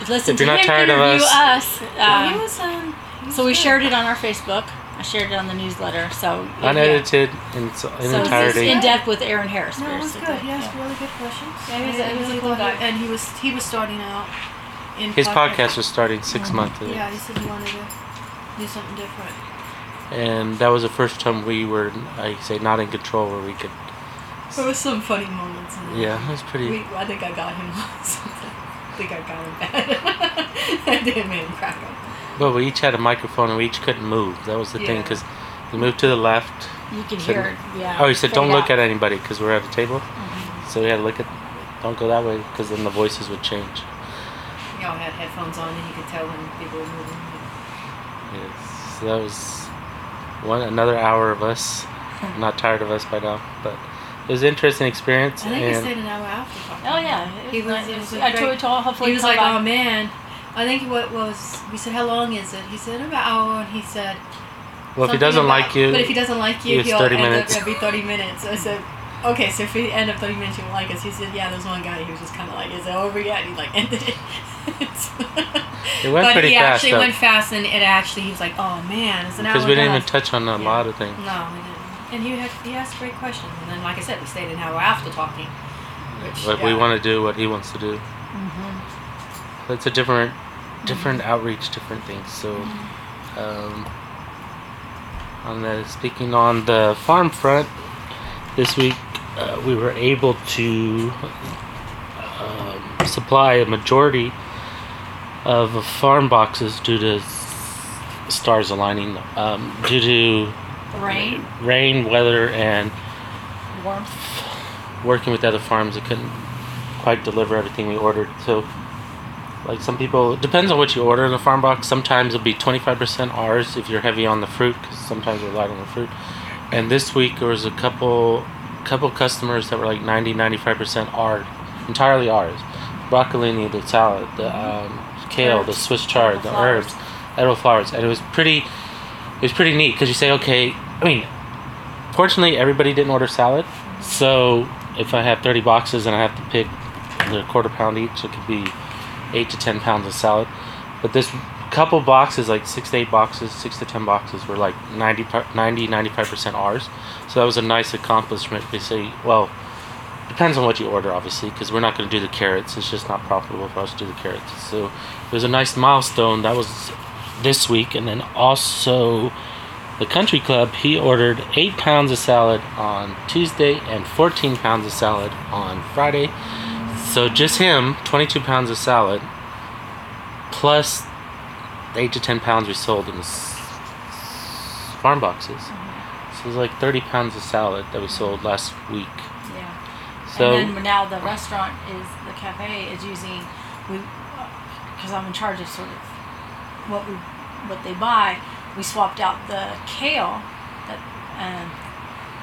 D: listen
C: If you're
D: to
C: not
D: him
C: tired of
D: interview
C: us-
D: us,
E: Uh,
D: uh,
E: he was on. he was
D: so we
E: good.
D: shared it on our Facebook. I shared it on the newsletter. So yeah.
C: Unedited in, its- in
D: So
E: this
C: entirety.
D: in depth with Aaron Harris.
E: No, it was
D: basically.
E: good. He asked
D: Yeah.
E: really good questions.
D: Yeah, he was a-
E: And
D: he was a
E: really
D: cool
E: glad-
D: guy.
E: and he was he was starting out in
C: his podcast was starting 6 months ago.
E: Yeah, he said he wanted to do something different.
C: And that was the first time we were, I say, not in control where we could.
E: There was some funny moments. In there.
C: Yeah, it was pretty.
E: We, I think I got him on something. I think I got him bad. that didn't make him crack up.
C: Well, we each had a microphone and we each couldn't move. That was the thing
E: Yeah.
C: because you moved to the left.
D: You can
C: Said-
D: hear it. Yeah.
C: Oh, he said,
D: Fade
C: don't look at
D: out.
C: anybody because we're at a table.
E: Mm-hmm.
C: So we had to look at, don't go that way because then the voices would change.
E: We all had headphones on, and you could tell when people were moving.
C: Yes. So that was one another hour of us. I'm not tired of us by now, but it was an interesting experience.
E: I think he
C: and
E: stayed an hour after. talking.
D: Oh yeah. It
E: He was-
D: nice.
E: he was a
D: I told
E: great-
D: told- hopefully
E: He was
D: come
E: like,
D: back.
E: "Oh man." I think what was we said, "How long is it?" He said, "About an hour," and he said,
C: well, if he
E: Something
C: doesn't
E: about-
C: like you,
E: but if he doesn't like you,
C: it's
E: he'll
C: 30
E: end
C: minutes.
E: up every thirty minutes. I said, okay, so if we end up thirty minutes, you won't like us. He said, yeah, there's one guy who was just kind of like, is it over yet? And he like ended it.
C: It went
E: but
C: pretty
E: he
C: fast,
E: actually
C: though.
E: went fast, and it actually he was like, oh man, it's an hour.
C: because we didn't
E: and a
C: even touch on a
E: Yeah.
C: lot of things.
E: half." No, we didn't. And he had he asked great questions, and then like I said, we stayed an hour after talking. Which,
C: But we
E: yeah.
C: want to do what he wants to do. So It's a different, different outreach, different things. So, um, on the speaking on the farm front, this week uh, we were able to um, supply a majority of the farm boxes due to s- stars aligning, um, due to
D: Rain,
C: rain, weather, and
D: warmth.
C: working with other farms that couldn't quite deliver everything we ordered. So, like some people, it depends on what you order in the farm box. Sometimes it'll be 25% ours if you're heavy on the fruit, 'cause sometimes we're light on the fruit. And this week there was a couple, couple customers that were like 90, 95% ours, entirely ours. Broccolini, the salad, the um, kale, the Swiss chard, the
D: Edible flowers.
C: herbs, edible flowers, and it was pretty. It was pretty neat because you say, okay, I mean, fortunately everybody didn't order salad so if i have 30 boxes and i have to pick the quarter pound each it could be 8 to 10 pounds of salad but this couple boxes like 6 to 8 boxes 6 to 10 boxes were like 90 per- 90 95% ours so that was a nice accomplishment they say well depends on what you order obviously because we're not going to do the carrots it's just not profitable for us to do the carrots so it was a nice milestone that was this week and then also the country club, he ordered 8 pounds of salad on Tuesday and 14 pounds of salad on Friday. So just him, 22 pounds of salad, plus the 8 to 10 pounds we sold in the s- farm boxes. So it was like 30 pounds of salad that we sold last week.
D: Yeah.
C: So
D: and then now the restaurant is the cafe is using we because I'm in charge of sort of what we what they buy. We swapped out the kale that um,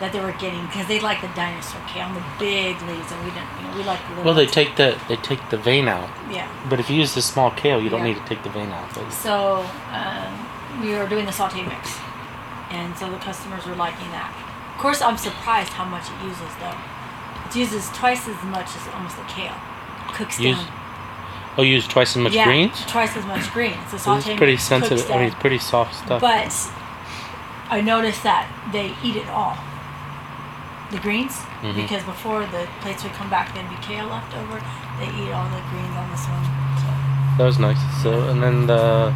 D: that they were getting because they like the dinosaur kale and the big leaves, and we didn't. You know, we like the little.
C: well they take the they take the vein out.
D: yeah.
C: But if you use the small kale, you don't
D: Yeah.
C: need to take the vein out. But
D: So um, we were doing the saute mix, and so the customers were liking that. Of course, I'm surprised how much it uses though. It uses twice as much as almost the kale. Cooks
C: Use
D: down.
C: oh, you use twice as much
D: yeah,
C: greens?
D: twice as much greens. The saute
C: It's pretty
D: mix cooks
C: sensitive. I mean,
D: down.
C: it's pretty soft stuff.
D: But I noticed that they eat it all. The greens,
C: Mhm.
D: because before the plates would come back, there'd be kale left over. They eat all the greens on this one. So
C: That was nice. So, and then the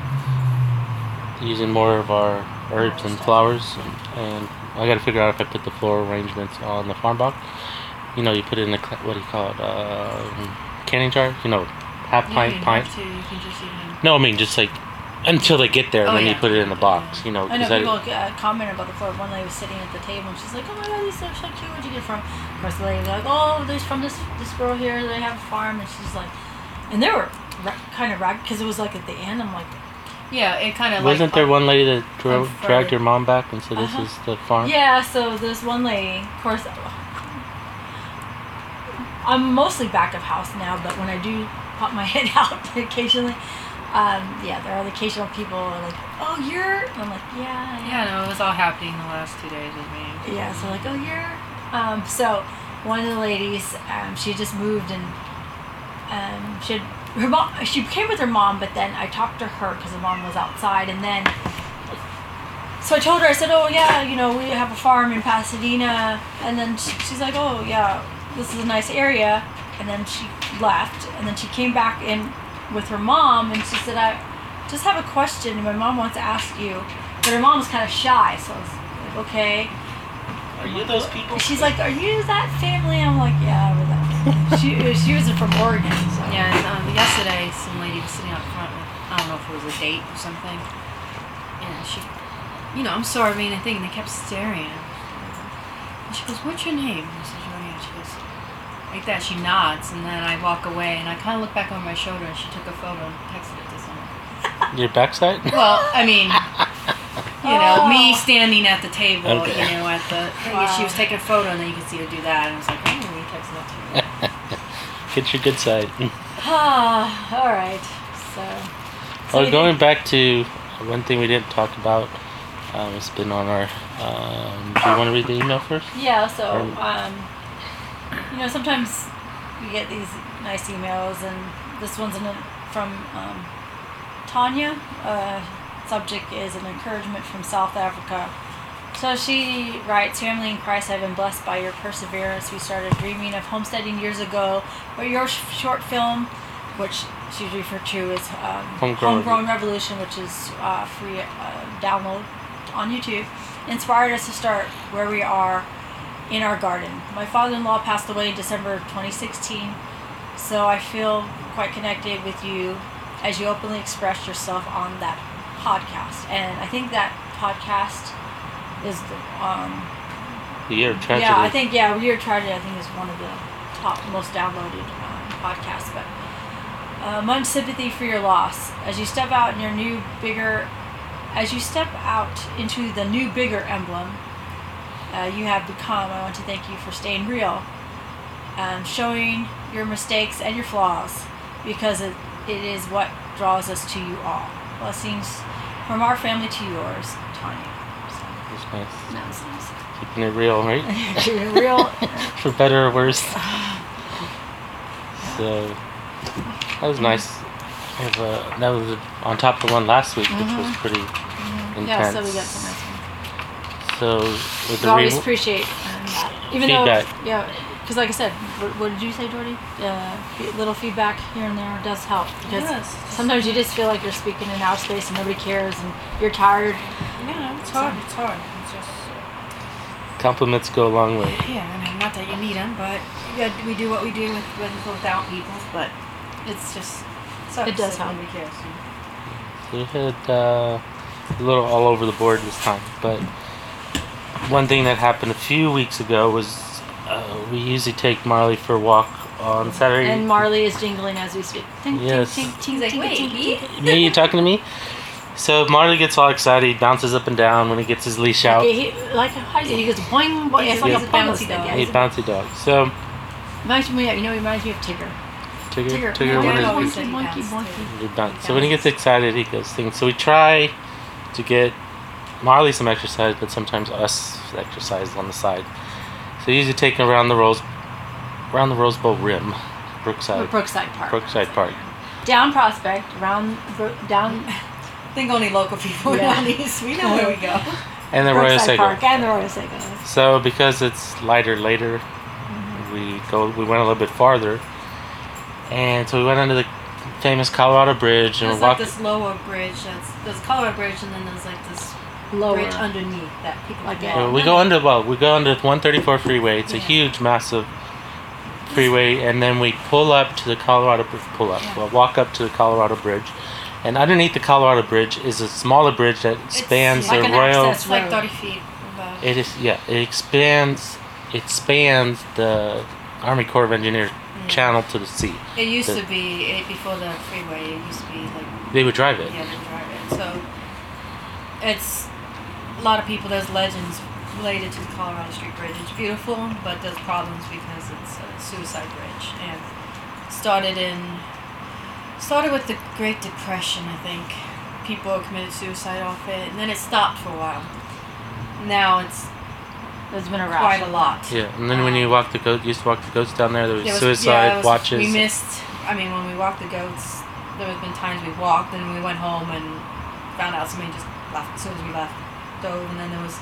C: using more of our herbs and flowers, and I got to figure out if I put the floral arrangements on the farm box. You know, you put it in a cl- what do you call it? Um, canning jar. You know, half
E: No,
C: pint,
E: you
C: pint.
E: have to, you can just even-
C: No, I mean just like until they get there, and
E: Oh,
C: then you
E: yeah.
C: put it in the box. You know,
D: I know
C: 'cause I-
D: people uh, comment about the floor. One lady was sitting at the table and she's like, "Oh my god, these are so cute. Where'd you get it from?" Of course, the lady was like, "Oh, there's from this this girl here. They have a farm." And she's like, and there were ra- kind of ragged because it was like at the end. I'm like,
E: Yeah, it kind of like,
C: Wasn't
E: oh,
C: there one lady that drove,
E: Unfair.
C: dragged her mom back and said, "This
D: Uh-huh.
C: is the farm"?
D: yeah. So this one lady, of course, I'm mostly back of house now, but when I do pop my head out occasionally, um, yeah, there are the occasional people who are like, oh, you're. I'm like, yeah, I am."
E: Yeah, no, it was all happening the last two days with me.
D: Yeah, so like, oh, you're. Um, so one of the ladies, um, she just moved and um, she had, her mom. She came with her mom, but then I talked to her because her mom was outside, and then so I told her I said, oh yeah, you know we have a farm in Pasadena, and then she, she's like, oh yeah, this is a nice area, and then she left, and then she came back in with her mom, and she said, I just have a question, and my mom wants to ask you, but her mom's kind of shy, so I was like, okay.
C: Are you those people?
D: She's like, "Are you that family?" I'm like, "Yeah, we're that." Family. she she was from Oregon, so
E: Yeah, and, um, yesterday some lady was sitting out front. With, I don't know if it was a date or something. And she, you know, I'm sorry, I mean, I think, and they kept staring. at her. And she goes, "What's your name?" And I said, "Joanne." She goes, like that. She nods, and then I walk away, and I kind of look back over my shoulder, and she took a photo and texted it to someone.
C: Your backside?
E: Well, I mean, you know, me
D: Oh.
E: standing at the table,
C: Okay.
E: you know, at the she was taking a photo, and then you could see her do that, and I was like, "Oh, we texted that to her."
C: Get your good side.
D: Ah, all right. So, so
C: Oh,
D: you
C: going back to one thing we didn't talk about. Um, it's been on our. Um, do you want to read the email first?
D: did- yeah. So
C: Um,
D: um, you know, sometimes you get these nice emails, and this one's in a, from um, Tanya. Uh, subject is an encouragement from South Africa. So she writes, Family in Christ, I've been blessed by your perseverance. We started dreaming of homesteading years ago, but your sh- short film, which she's referred to as um,
C: Homegrown.
D: Revolution, which is uh, free uh, download on YouTube, inspired us to start where we are in our garden. My father in law passed away in December of 2016, so I feel quite connected with you as you openly expressed yourself on that podcast. And I think that podcast is um,
C: The year of tragedy.
D: yeah, I think yeah, We Are Tragedy I think is one of the top most downloaded um, podcasts. But uh, much sympathy for your loss as you step out in your new bigger, as you step out into the new bigger emblem uh, you have become. I want to thank you for staying real, um, showing your mistakes and your flaws, because it, it is what draws us to you all. Blessings from our family to yours, Tanya. So,
C: It's nice.
D: that was nice.
C: Keeping it real, right?
D: real.
C: For better or worse. so that was nice. I have, uh, that was on top of the one last week, which was pretty intense.
D: Mm-hmm. Yeah, so we got some nice ones.
C: So with
D: We
C: the
D: always
C: re-
D: appreciate um, that. Even
C: Feedback.
D: though, yeah, because like I said, what, what did you say, Jordy? Uh, fe- little feedback here and there does help because
E: Yes.
D: sometimes you just feel like you're speaking in outer space and nobody cares and you're tired.
E: Yeah, it's hard. It's hard. It's just.
C: compliments go a long way.
E: Yeah, I mean, not that you need them, but yeah, we do what we do with, with or without people. But it's just sucks
D: It does
E: that
D: help.
E: nobody cares, you know.
C: We had uh, a little all over the board this time, but one thing that happened a few weeks ago was uh, we usually take Marley for a walk on Saturday.
D: And Marley is jingling as we speak. Ting, ting,
C: Yes.
D: ting, ting,
E: He's like,
D: ting,
E: "Wait,
D: ting,
E: me?"
D: ting.
C: me, you talking to me? So Marley gets all excited, he bounces up and down when he gets his leash out.
D: Okay, he, like how is it? He goes boing boing.
E: He's
D: It's
E: a-
D: like
E: he's
D: a
E: a
D: bouncy
E: bouncy
D: dog.
E: dog.
D: Yeah,
C: Hey,
D: he's a-
C: bouncy dog. So
D: reminds me of you know he reminds me of Tigger.
C: Tigger,
D: Tigger,
C: Tigger
E: no,
C: wanted
E: no,
C: to
E: he's-
D: boinky, boinky, boinky.
C: We bounce. So when he gets excited, he goes things. So we try to get Marley some exercise, but sometimes us exercise on the side. So usually taking around the Rose, around the Rose Bowl rim,
D: Or
C: Brookside,
D: Brookside Park.
C: Brookside Park.
D: Down Prospect, round Bro- down
E: I think only local people
D: Yeah.
E: know these. We know where we go.
C: and the Royal
D: Brookside
C: Sacred.
D: Park and the Royal Sacred.
C: So because it's lighter later,
D: Mm-hmm.
C: we go. We went a little bit farther, and so we went under the famous Colorado Bridge and
E: There's
C: we
E: like
C: walked.
E: this lower bridge. That's there's Colorado Bridge, and then there's like this
D: lower.
E: bridge underneath that people
D: Like
E: can
D: that.
E: walk.
C: Uh, we go under well, we go under 134 freeway. It's a
E: Yeah.
C: huge, massive freeway, and then we pull up to the Colorado Br- pull up.
E: Yeah.
C: We'll walk up to the Colorado Bridge, and underneath the Colorado Bridge is a smaller bridge that spans
E: like
C: the
D: an
C: Royal.
D: access
E: It's like
D: road.
E: 30 feet above.
C: It is yeah. It expands. It spans the Army Corps of Engineers
E: Mm.
C: channel to the sea.
E: It used
C: The-
E: to be it, before the freeway. It used to be like
C: They would drive it.
E: yeah, they drive it. So it's a lot of people. There's legends related to the Colorado Street Bridge. It's beautiful, but there's problems because it's a suicide bridge and started in started with the Great Depression. I think people committed suicide off it, and then it stopped for a while. Now it's
D: There's been a
E: quite
D: rush.
E: a lot.
C: Yeah, and then when you walk the goat, used to walk the goats down there. There was,
E: There was-
C: suicide
E: yeah, it was-
C: watches.
E: We missed. I mean, when we walked the goats, there has been times we walked and we went home and found out somebody just left as soon as we left dove, and then there was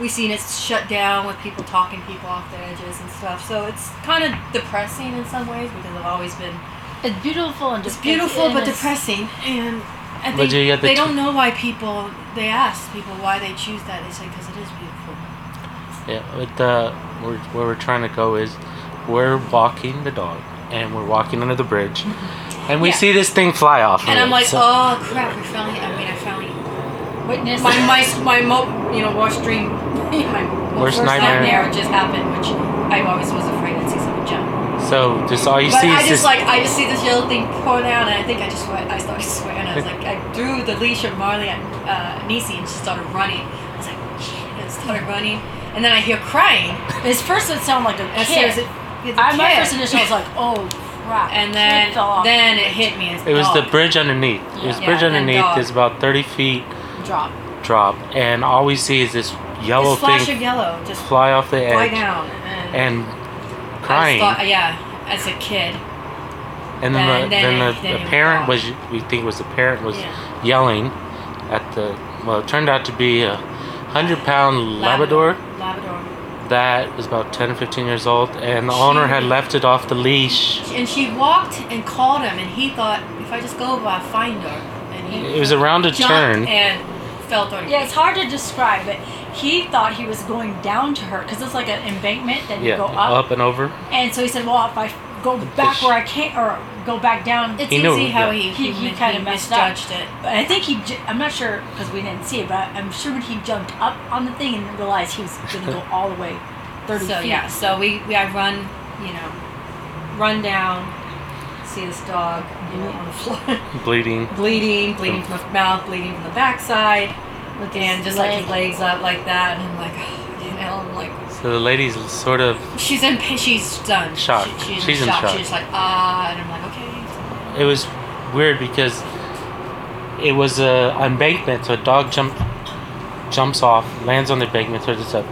E: we seen it shut down with people talking people off the edges and stuff. So it's kind of depressing in some ways because I've always been.
D: It's beautiful and
E: It's
D: just
E: beautiful
D: and
E: but
D: it's-
E: depressing, and I
C: But
E: think
C: you get the
E: they
C: t-
E: don't know why people. They ask people why they choose that. They say because it is beautiful.
C: Yeah, but uh, we're, where we're trying to go is we're walking the dog and we're walking under the bridge, and we
E: Mm-hmm. Yeah.
C: see this thing fly off.
E: And
C: of
E: I'm
C: it,
E: like,
C: so-
E: oh crap! We finally. I mean, I finally
D: Witness.
E: my my my mo- you know worst dream my
C: Worst
E: worst,
C: nightmare.
E: nightmare. just happened which I always was afraid I'd see something jump
C: So just all you
E: oh. but
C: see
E: I
C: is
E: just
C: this.
E: like I just see this yellow thing pour down and I think I just went, I started swearing I was like I threw the leash of Marley at uh, Nisi and she started running I was like shit and started running and then I hear crying
D: His first would sound like a
E: and so
D: kid.
E: it's a- it's a
D: I, my
E: kid.
D: first initial was like, oh crap.
E: and
D: Kid
E: then
D: fell off.
E: then it hit me as
C: it was the
E: dog
C: bridge underneath. It was
E: Yeah,
C: bridge
E: and
C: underneath.
E: dog.
C: is about thirty feet
D: drop.
C: drop, and all we see is this yellow
E: this flash
C: thing
E: of yellow just
C: fly off the
E: fly
C: edge
E: down and,
C: and
E: I
C: crying.
E: thought- yeah as a kid
C: And then, the,
E: And then
C: then
E: it-
C: the,
E: then
C: the
E: it
C: parent was
E: was
C: we think was the parent was
E: Yeah.
C: yelling at the well it turned out to be a hundred pound Labrador
E: Labrador
C: that was about 10 or 15 years old and the owner had
E: Gee.
C: left it off the leash.
E: And she walked and called him, and he thought, if I just go over, I'll find her. And he
C: It was around a
E: jumped
C: turn.
E: and fell through.
D: Yeah, it's hard to describe, but he thought he was going down to her because it's like an embankment that you
C: yeah,
D: go up.
C: up and over.
D: And so he said, well, if I go back
C: sh-
D: where I can't, or go back down.
E: It's
C: He
E: easy
C: knew,
E: how
C: yeah.
E: he
D: He- he
E: mis-
D: kinda messed up.
E: misjudged it.
D: But I think he, j- I'm not sure because we didn't see it, but I'm sure when he jumped up on the thing and realized he was going to go all the way 30
E: So
D: feet.
E: yeah, so we we I run, you know, run down, see this dog, you know, on the floor,
C: Bleeding.
E: bleeding, bleeding from the mouth, bleeding from the backside,
D: With
E: and
D: his
E: just like his legs up like that, and I'm like, oh, you know, I'm like
C: So the lady's sort of
E: she's in pa- she's done,
C: Shocked.
E: She, she's,
C: She's in
E: in shock.
C: shock.
E: She's like ah, and I'm like okay,
C: it was weird because it was a embankment, so a dog jump jumps off, lands on the embankment, so it's up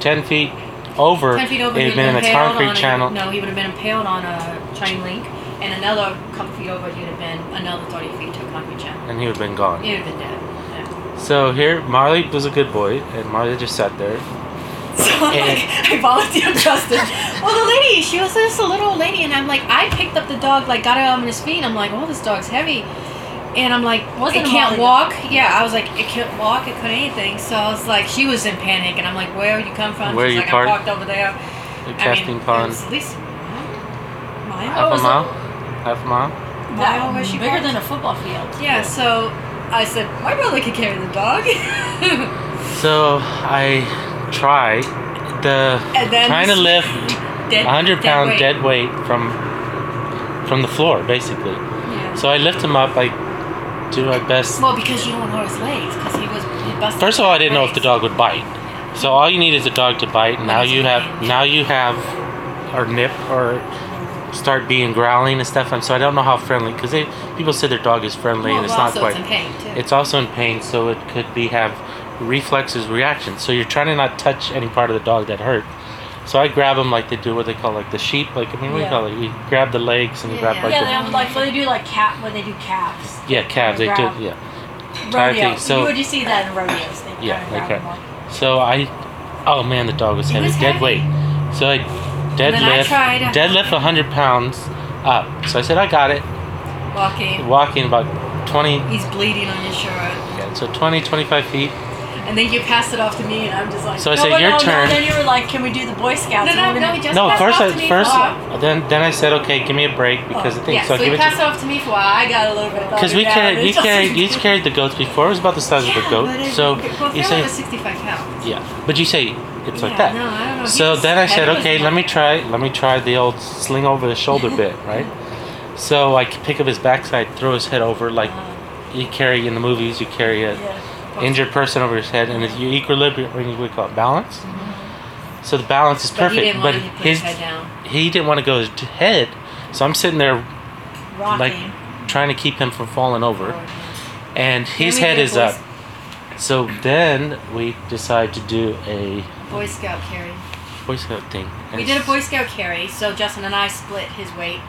C: ten feet over.
E: ten feet over.
C: it
E: he
C: had been in
E: would've
C: a
E: impaled
C: concrete
E: on a-
C: channel.
E: no, he would have been impaled on a chain link, and another couple feet over, he'd have been another thirty feet to a concrete channel.
C: and he would have been gone.
E: He would have been dead. Yeah.
C: So here, Marley was a good boy, and Marley just sat there.
E: So I'm
C: And-
E: like, I volunteered Justin. well, the lady, she was just a little old lady, and I'm like, I picked up the dog, like got it on his feet. and I'm like, oh, this dog's heavy, and I'm like,
D: Wasn't
E: it
D: a
E: can't
D: Molly
E: walk. Yeah, I was like, it can't walk. It couldn't anything. So I was like, she was in panic, and I'm like, where you come from?
C: Where
E: She's
C: you
E: like,
C: parked?
E: I parked over there.
C: The
E: I mean,
C: casting pond,
E: it was Oh, at least a mile.
C: half a
D: was it?
C: mile, half a mile.
E: Wow,
D: That
E: where she
D: bigger
E: parked?
D: than a football field.
E: Yeah, so I said, my brother could carry the dog.
C: So I try the
E: And then
C: trying to
E: s-
C: lift
E: dead,
C: a hundred pound
E: weight.
C: dead weight from from the floor, basically.
E: Yeah.
C: So I lift him up. I do my best.
E: Well, because you don't know his legs, because he was he busted.
C: First of all, I
E: his
C: didn't know if the
E: legs.
C: dog would bite. So all you need is a dog to bite. Now you have now you have or nip or start being growling and stuff. And so I don't know how friendly because they people say their dog is friendly
E: Well,
C: and it's
E: well,
C: not
E: so
C: quite.
E: It's in pain too.
C: It's also in pain, so it could be have reflexes reactions. So you're trying to not touch any part of the dog that hurt. So I grab him like they do what they call like the sheep. Like I mean, we
D: Yeah.
C: call it. You grab the legs and you grab
E: Yeah.
C: like
D: yeah,
C: the
D: they would like, they do like cat, when they do calves.
C: yeah calves. They do
D: Grab.
C: yeah. Try
D: Rodeo.
C: things, so-
D: you would you see that in rodeos. They
C: Yeah,
D: kinda grab
C: okay.
D: them all.
C: So I, oh man, the dog was
E: He
C: heavy,
E: was
C: dead
E: heavy.
C: weight. So I
E: And then I
C: deadlift,
E: tried.
C: deadlift 100 pounds up. So I said I got it.
E: walking.
C: Walking about 20,
E: He's bleeding on his shirt,
C: yeah, so 20, 25 feet.
E: and then you pass it off to me, and I'm just like.
C: So I
D: No,
C: said
D: but
C: your
D: no, no,
C: turn.
D: then you were like, can we do the Boy Scouts?
E: no,
D: And
E: no, no,
D: we're gonna-
E: he just
C: no,
E: passed
C: first
E: it
C: I
E: off to me
C: first
E: for a while.
C: then then I said okay, give me a break because I think
E: Yeah, so,
C: so. I
E: he
C: give it
E: passed it
C: to
E: off to me for a while. I got a little bit.
C: because we carried we carried you carried the goats before. It was about the size
E: yeah,
C: of a goat.
E: but it-
C: So
E: well,
C: you
E: Pharaoh
C: say
E: was 65 pounds.
C: yeah, but you say it's
E: Yeah,
C: like that.
E: no, I don't know.
C: So
E: He's-
C: then I
E: that
C: said,
E: is
C: okay,
E: not-
C: let me try, let me try the old sling over the shoulder bit, right? So I could pick up his backside, throw his head over, like you carry in the movies, you carry a
E: Uh-huh. Yeah.
C: injured person over his head, and it's your equilibrium, what do you call it, balance. So the balance is
E: Mm-hmm. But he
C: perfect,
E: didn't
C: but
E: want to put his
C: his
E: head down.
C: he didn't want to go his d- head, so I'm sitting there like
E: Rocking.
C: trying to keep him from falling over, and his
E: Then we
C: head
E: did
C: is
E: Boy
C: up. So then we decide to do a
E: Boy Scout carry.
C: Boy Scout thing.
E: We
C: And
E: did a Boy Scout carry, so Justin and I split his weight,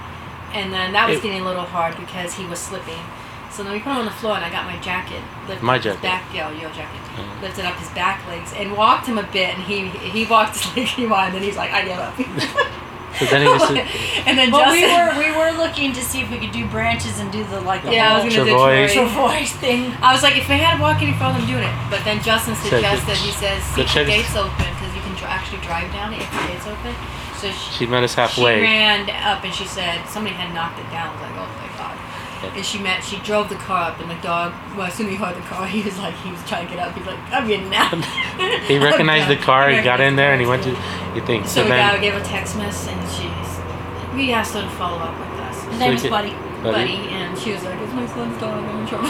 E: and then that was
C: It-
E: getting a little hard because he was slipping. So then we put him on the floor, and I got my jacket, lifted up
C: My
E: his
C: jacket.
E: back, yeah, your jacket, lifted up his back legs and walked him a bit, and he he walked his leg he wanted, and then he's like, I give up.
C: So then he was
E: and then
D: But we
E: Justin,
D: were we were looking to see if we could do branches and do the like the
E: yeah, I
D: whole
E: was gonna do
C: Travoy.
E: Troy.
D: voice thing.
E: I was like, if they had to walk any further, I'm doing it. But then Justin
C: Said
E: suggested,
C: good-
E: he says,
C: good
E: keep the
C: check.
E: gates open because you can dr- actually drive down it if the gates open. So she,
C: she met us
E: she
C: halfway.
E: ran up and she said somebody had knocked it down. I was like, oh my god. And she met, she drove the car up, and the dog. Well, as soon as he heard the car, he was like, he was trying to get up. He's like, I'm getting out.
C: Um,
E: Oh,
C: He recognized the car. He got in there and he went to
E: So,
C: you think.
E: so
C: So
E: the guy
C: then
E: gave her a text message, and she's, we asked her to follow up with us,
D: His
C: So
D: name
C: we
D: is
C: could-
D: Buddy.
E: buddy, and she was like, it's my son's dog. I'm in trouble.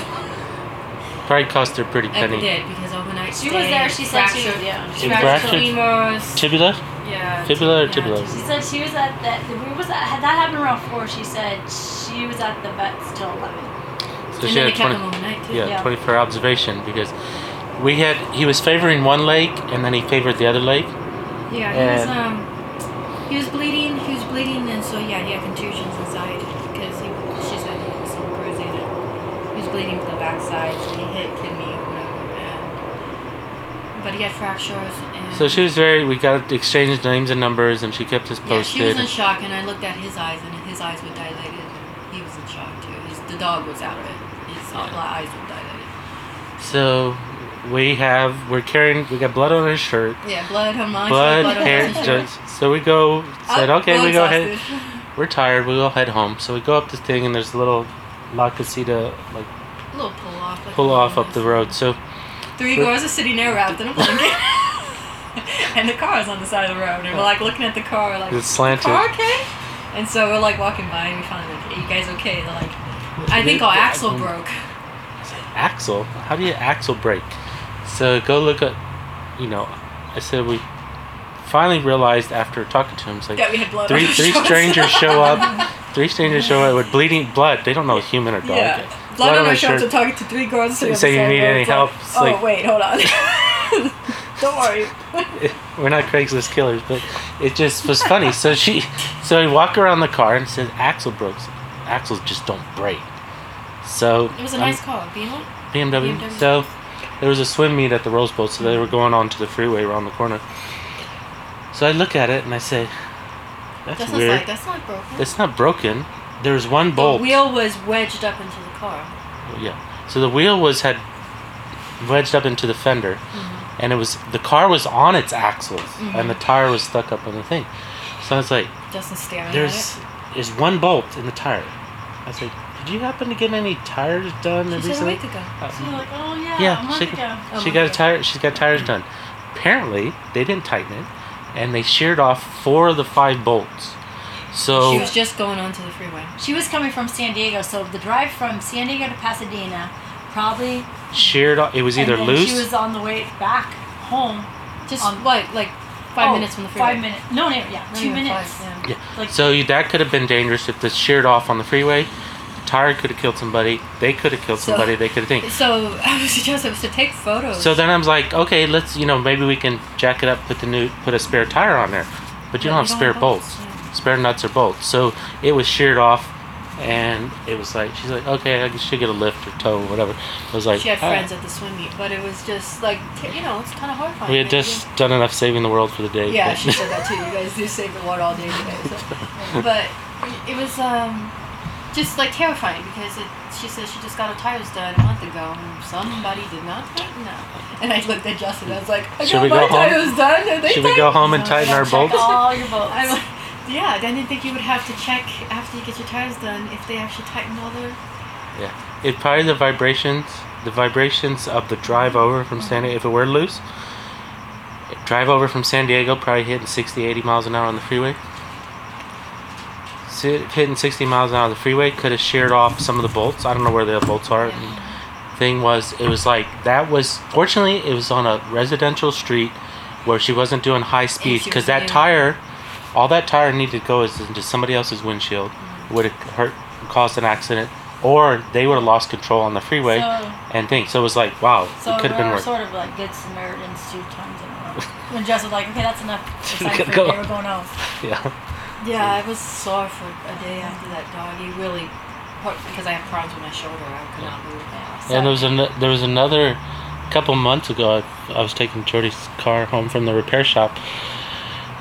C: probably cost her a pretty
E: I
C: penny.
E: did because overnight
D: She was there. She said she was.
E: fractured- uh,
D: Yeah.
C: She
D: She,
E: fractured
C: fractured-
E: femurs.
C: Tibula?
E: yeah.
C: Fibula or
E: yeah,
C: tibula?
E: just-
D: she said she was at that. Where was that? Had that happened around four? She said she was at the vet till eleven.
C: So
E: And then
C: she
E: they
C: had
E: kept
C: twenty.
E: him overnight too.
C: Yeah,
D: Yeah.
C: 24 observation because we had he was favoring one leg and then he favored the other leg.
E: Yeah, he was um, he was bleeding. He was bleeding, and so yeah, he had contusions inside because he, she said he was some bruising. and He was bleeding from the backside. So he hit kidney or whatever. And, but he had fractures. And
C: So she was very. We got exchanged names and numbers, and she kept us
E: Yeah, she was
C: posted.
E: in shock, and I looked at his eyes, and his eyes were dilated. He was in shock too. His, the dog was out of it. His eyes were dilated.
C: so we have we're carrying. We got blood on her shirt.
E: Yeah, blood, her mom,
C: Blood,
E: blood
C: hair,
E: on his shirt.
C: just, so we go. Said
E: Oh,
C: okay,
E: blood
C: we go
E: exhausted.
C: ahead. We're tired. We will head home. So we go up this thing, and there's a little La Casita like
E: A little pull off. like
C: pull
E: a
C: off up
E: nice-
C: the road. So
E: Three girls are sitting there wrapped in a blanket. and the car is on the side of the road. And we're like looking at the car, like,
C: it's
E: "The car
C: slanted.
E: okay? And so we're like walking by and we finally like, are you guys okay? They're like, I think our axle broke.
C: Axle? How do you axle brake? So go look at, you know, I said we finally realized after talking to him, it's like
E: That we had blood on
C: three
E: our
C: three
E: shorts.
C: strangers show up, three strangers show up with bleeding blood. They don't know human or dog.
E: Yeah. Blood, on our shorts are talking to three girls. sitting
C: Say
E: on the
C: you
E: side
C: need
E: road.
C: any
E: It's like,
C: help. It's
E: oh,
C: like-
E: wait, hold on. Don't worry.
C: We're not Craigslist killers, but it just was funny. So she, so we walk around the car and says axle breaks. Axles just don't break. So
E: It was a
C: I'm-
E: nice car. Being one?
C: BMW.
E: BMW.
C: So there was a swim meet at the Rose Bowl, so they were going onto the freeway around the corner. So I look at it and I say, "That's
E: That's
C: weird.
E: like, that's not broken.
C: it's not broken. There's one bolt."
E: The wheel was wedged up into the car.
C: Yeah. So the wheel was had wedged up into the fender,
E: Mm-hmm.
C: and it was the car was on its axles, and the tire was stuck up on the thing. So I was like,
E: Justin's staring
C: "There's
E: at
C: is one bolt in the tire." I said, "Did you happen to get any tires done
E: it. She said a
C: recently?"
E: week ago.
C: Uh,
D: She was like, oh yeah, a
C: yeah,
D: month
C: she,
D: ago.
E: A
C: she
E: month
C: got a
E: ago.
C: tire. She's got tires done. Apparently, they didn't tighten it, and they sheared off four of the five bolts. So
E: She was just going onto the freeway.
D: She was coming from San Diego, so the drive from San Diego to Pasadena, probably.
C: sheared off. It was either
D: and then
C: loose.
D: She was on the way back home.
E: Just
C: Um,
D: On-
E: what, like five
D: Oh,
E: minutes from the freeway?
D: Five minutes. No, no, yeah,
E: Not
D: two
E: even
D: minutes.
E: five, yeah.
C: yeah.
D: Like-
C: so you- that could have been dangerous if this sheared off on the freeway. The tire could have killed somebody. They could have killed
E: So-
C: somebody. They could have thing.
E: So I was suggested was to take photos.
C: So then I was like, okay, let's you know maybe we can jack it up, put the new, put a spare tire on there, but you
E: But
C: don't have
E: you don't
C: spare
E: have
C: bolts,
E: bolts, yeah.
C: spare nuts or bolts. So it was sheared off, and it was like she's like, okay, I should get a lift or tow or whatever. I was like,
E: she had
C: all right.
E: friends at the swim meet, but it was just like t- you know, it's kind of horrifying.
C: We had
E: but
C: just done enough saving the world for the day.
E: you- yeah,
C: but-
E: she said that too. You guys do save the water all day today. So. but it was um, just like terrifying because it, she said she just got her tires done a month ago and somebody did not tighten them. And I looked at Justin. I was like, I
C: Should
E: got
C: we go
E: my
C: home?
E: tires done. Are they
C: Should we
E: tight?"
C: go home and
D: So
C: tighten our
D: check
C: bolts?
D: All your bolts.
E: I'm like, yeah, I didn't think you would have to check after you get your tires done if they actually tighten all their.
C: Yeah. It probably the
E: Mm-hmm.
C: vibrations, the vibrations of the drive over from Santa. If it were loose, drive over from San Diego, probably hitting 60, 80 miles an hour on the freeway. Si- hitting 60 miles an hour on the freeway could have sheared off some of the bolts. I don't know where the bolts are. And thing was, it was like that was fortunately it was on a residential street where she wasn't doing high speed
E: she
C: because
E: was
C: that
E: new.
C: tire, all that tire needed to go is into somebody else's windshield,
D: Mm.
C: would have hurt, caused an accident, or they would have lost control on the freeway
D: So-
C: and things. So it was like, wow,
D: So
C: it could have been
D: we're
C: worse.
D: sort of like good Samaritans two times in a row. When Jess was like, okay, that's enough. It's
C: You
D: time
C: gotta
D: for
C: go.
D: they were going off.
C: yeah.
E: Yeah, I was sore for a day after that dog. He really, because I have problems with my shoulder, I could not move now. So
C: And there was an, there was another couple months ago. I, I was taking Jordy's car home from the repair shop,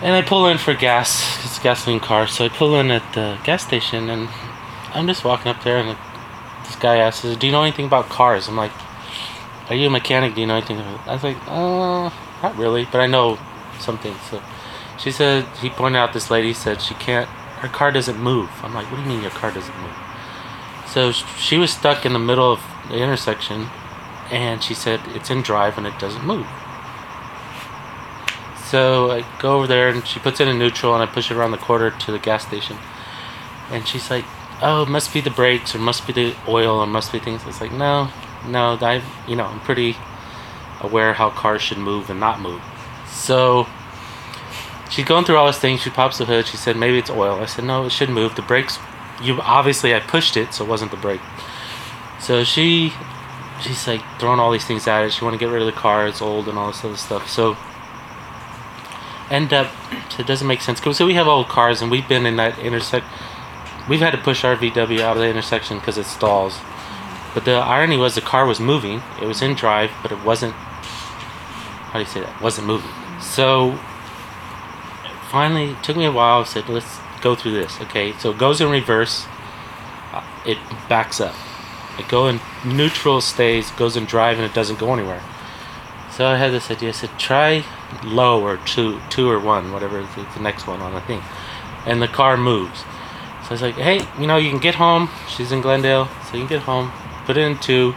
C: and I pull in for gas. It's a gasoline car, so I pull in at the gas station, and I'm just walking up there, and this guy asks, "Do you know anything about cars?" I'm like, "Are you a mechanic? Do you know anything?" About it?" I was like, "Uh, not really, but I know something." So she said he pointed out this lady said she can't her car doesn't move. I'm like, "What do you mean your car doesn't move?" So sh- she was stuck in the middle of the intersection, and she said it's in drive and it doesn't move. So I go over there and she puts it in neutral, and I push it around the corner to the gas station, and she's like, "Oh, it must be the brakes, or must be the oil, or must be things." It's like, no, no, I, you know, I'm pretty aware how cars should move and not move. So she's going through all this thing. She pops the hood. She said, maybe it's oil. I said, no, it should move. The brakes, you obviously I pushed it, so it wasn't the brake. So she, she's like throwing all these things at it. She want to get rid of the car. It's old and all this other stuff. So end up, so it doesn't make sense. 'Cause- So we have old cars, and we've been in that intersect. We've had to push our VW out of the intersection because it stalls. But the irony was the car was moving. It was in drive, but it wasn't. How do you say that? Wasn't moving. So finally, it took me a while. I said, let's go through this. Okay, so it goes in reverse. Uh, It backs up. It go in neutral, stays, goes in drive, and it doesn't go anywhere. So I had this idea. I said, try low or two, two or one, whatever is the next one on the thing. And the car moves. So I was like, hey, you know, you can get home. She's in Glendale, so you can get home. Put it in two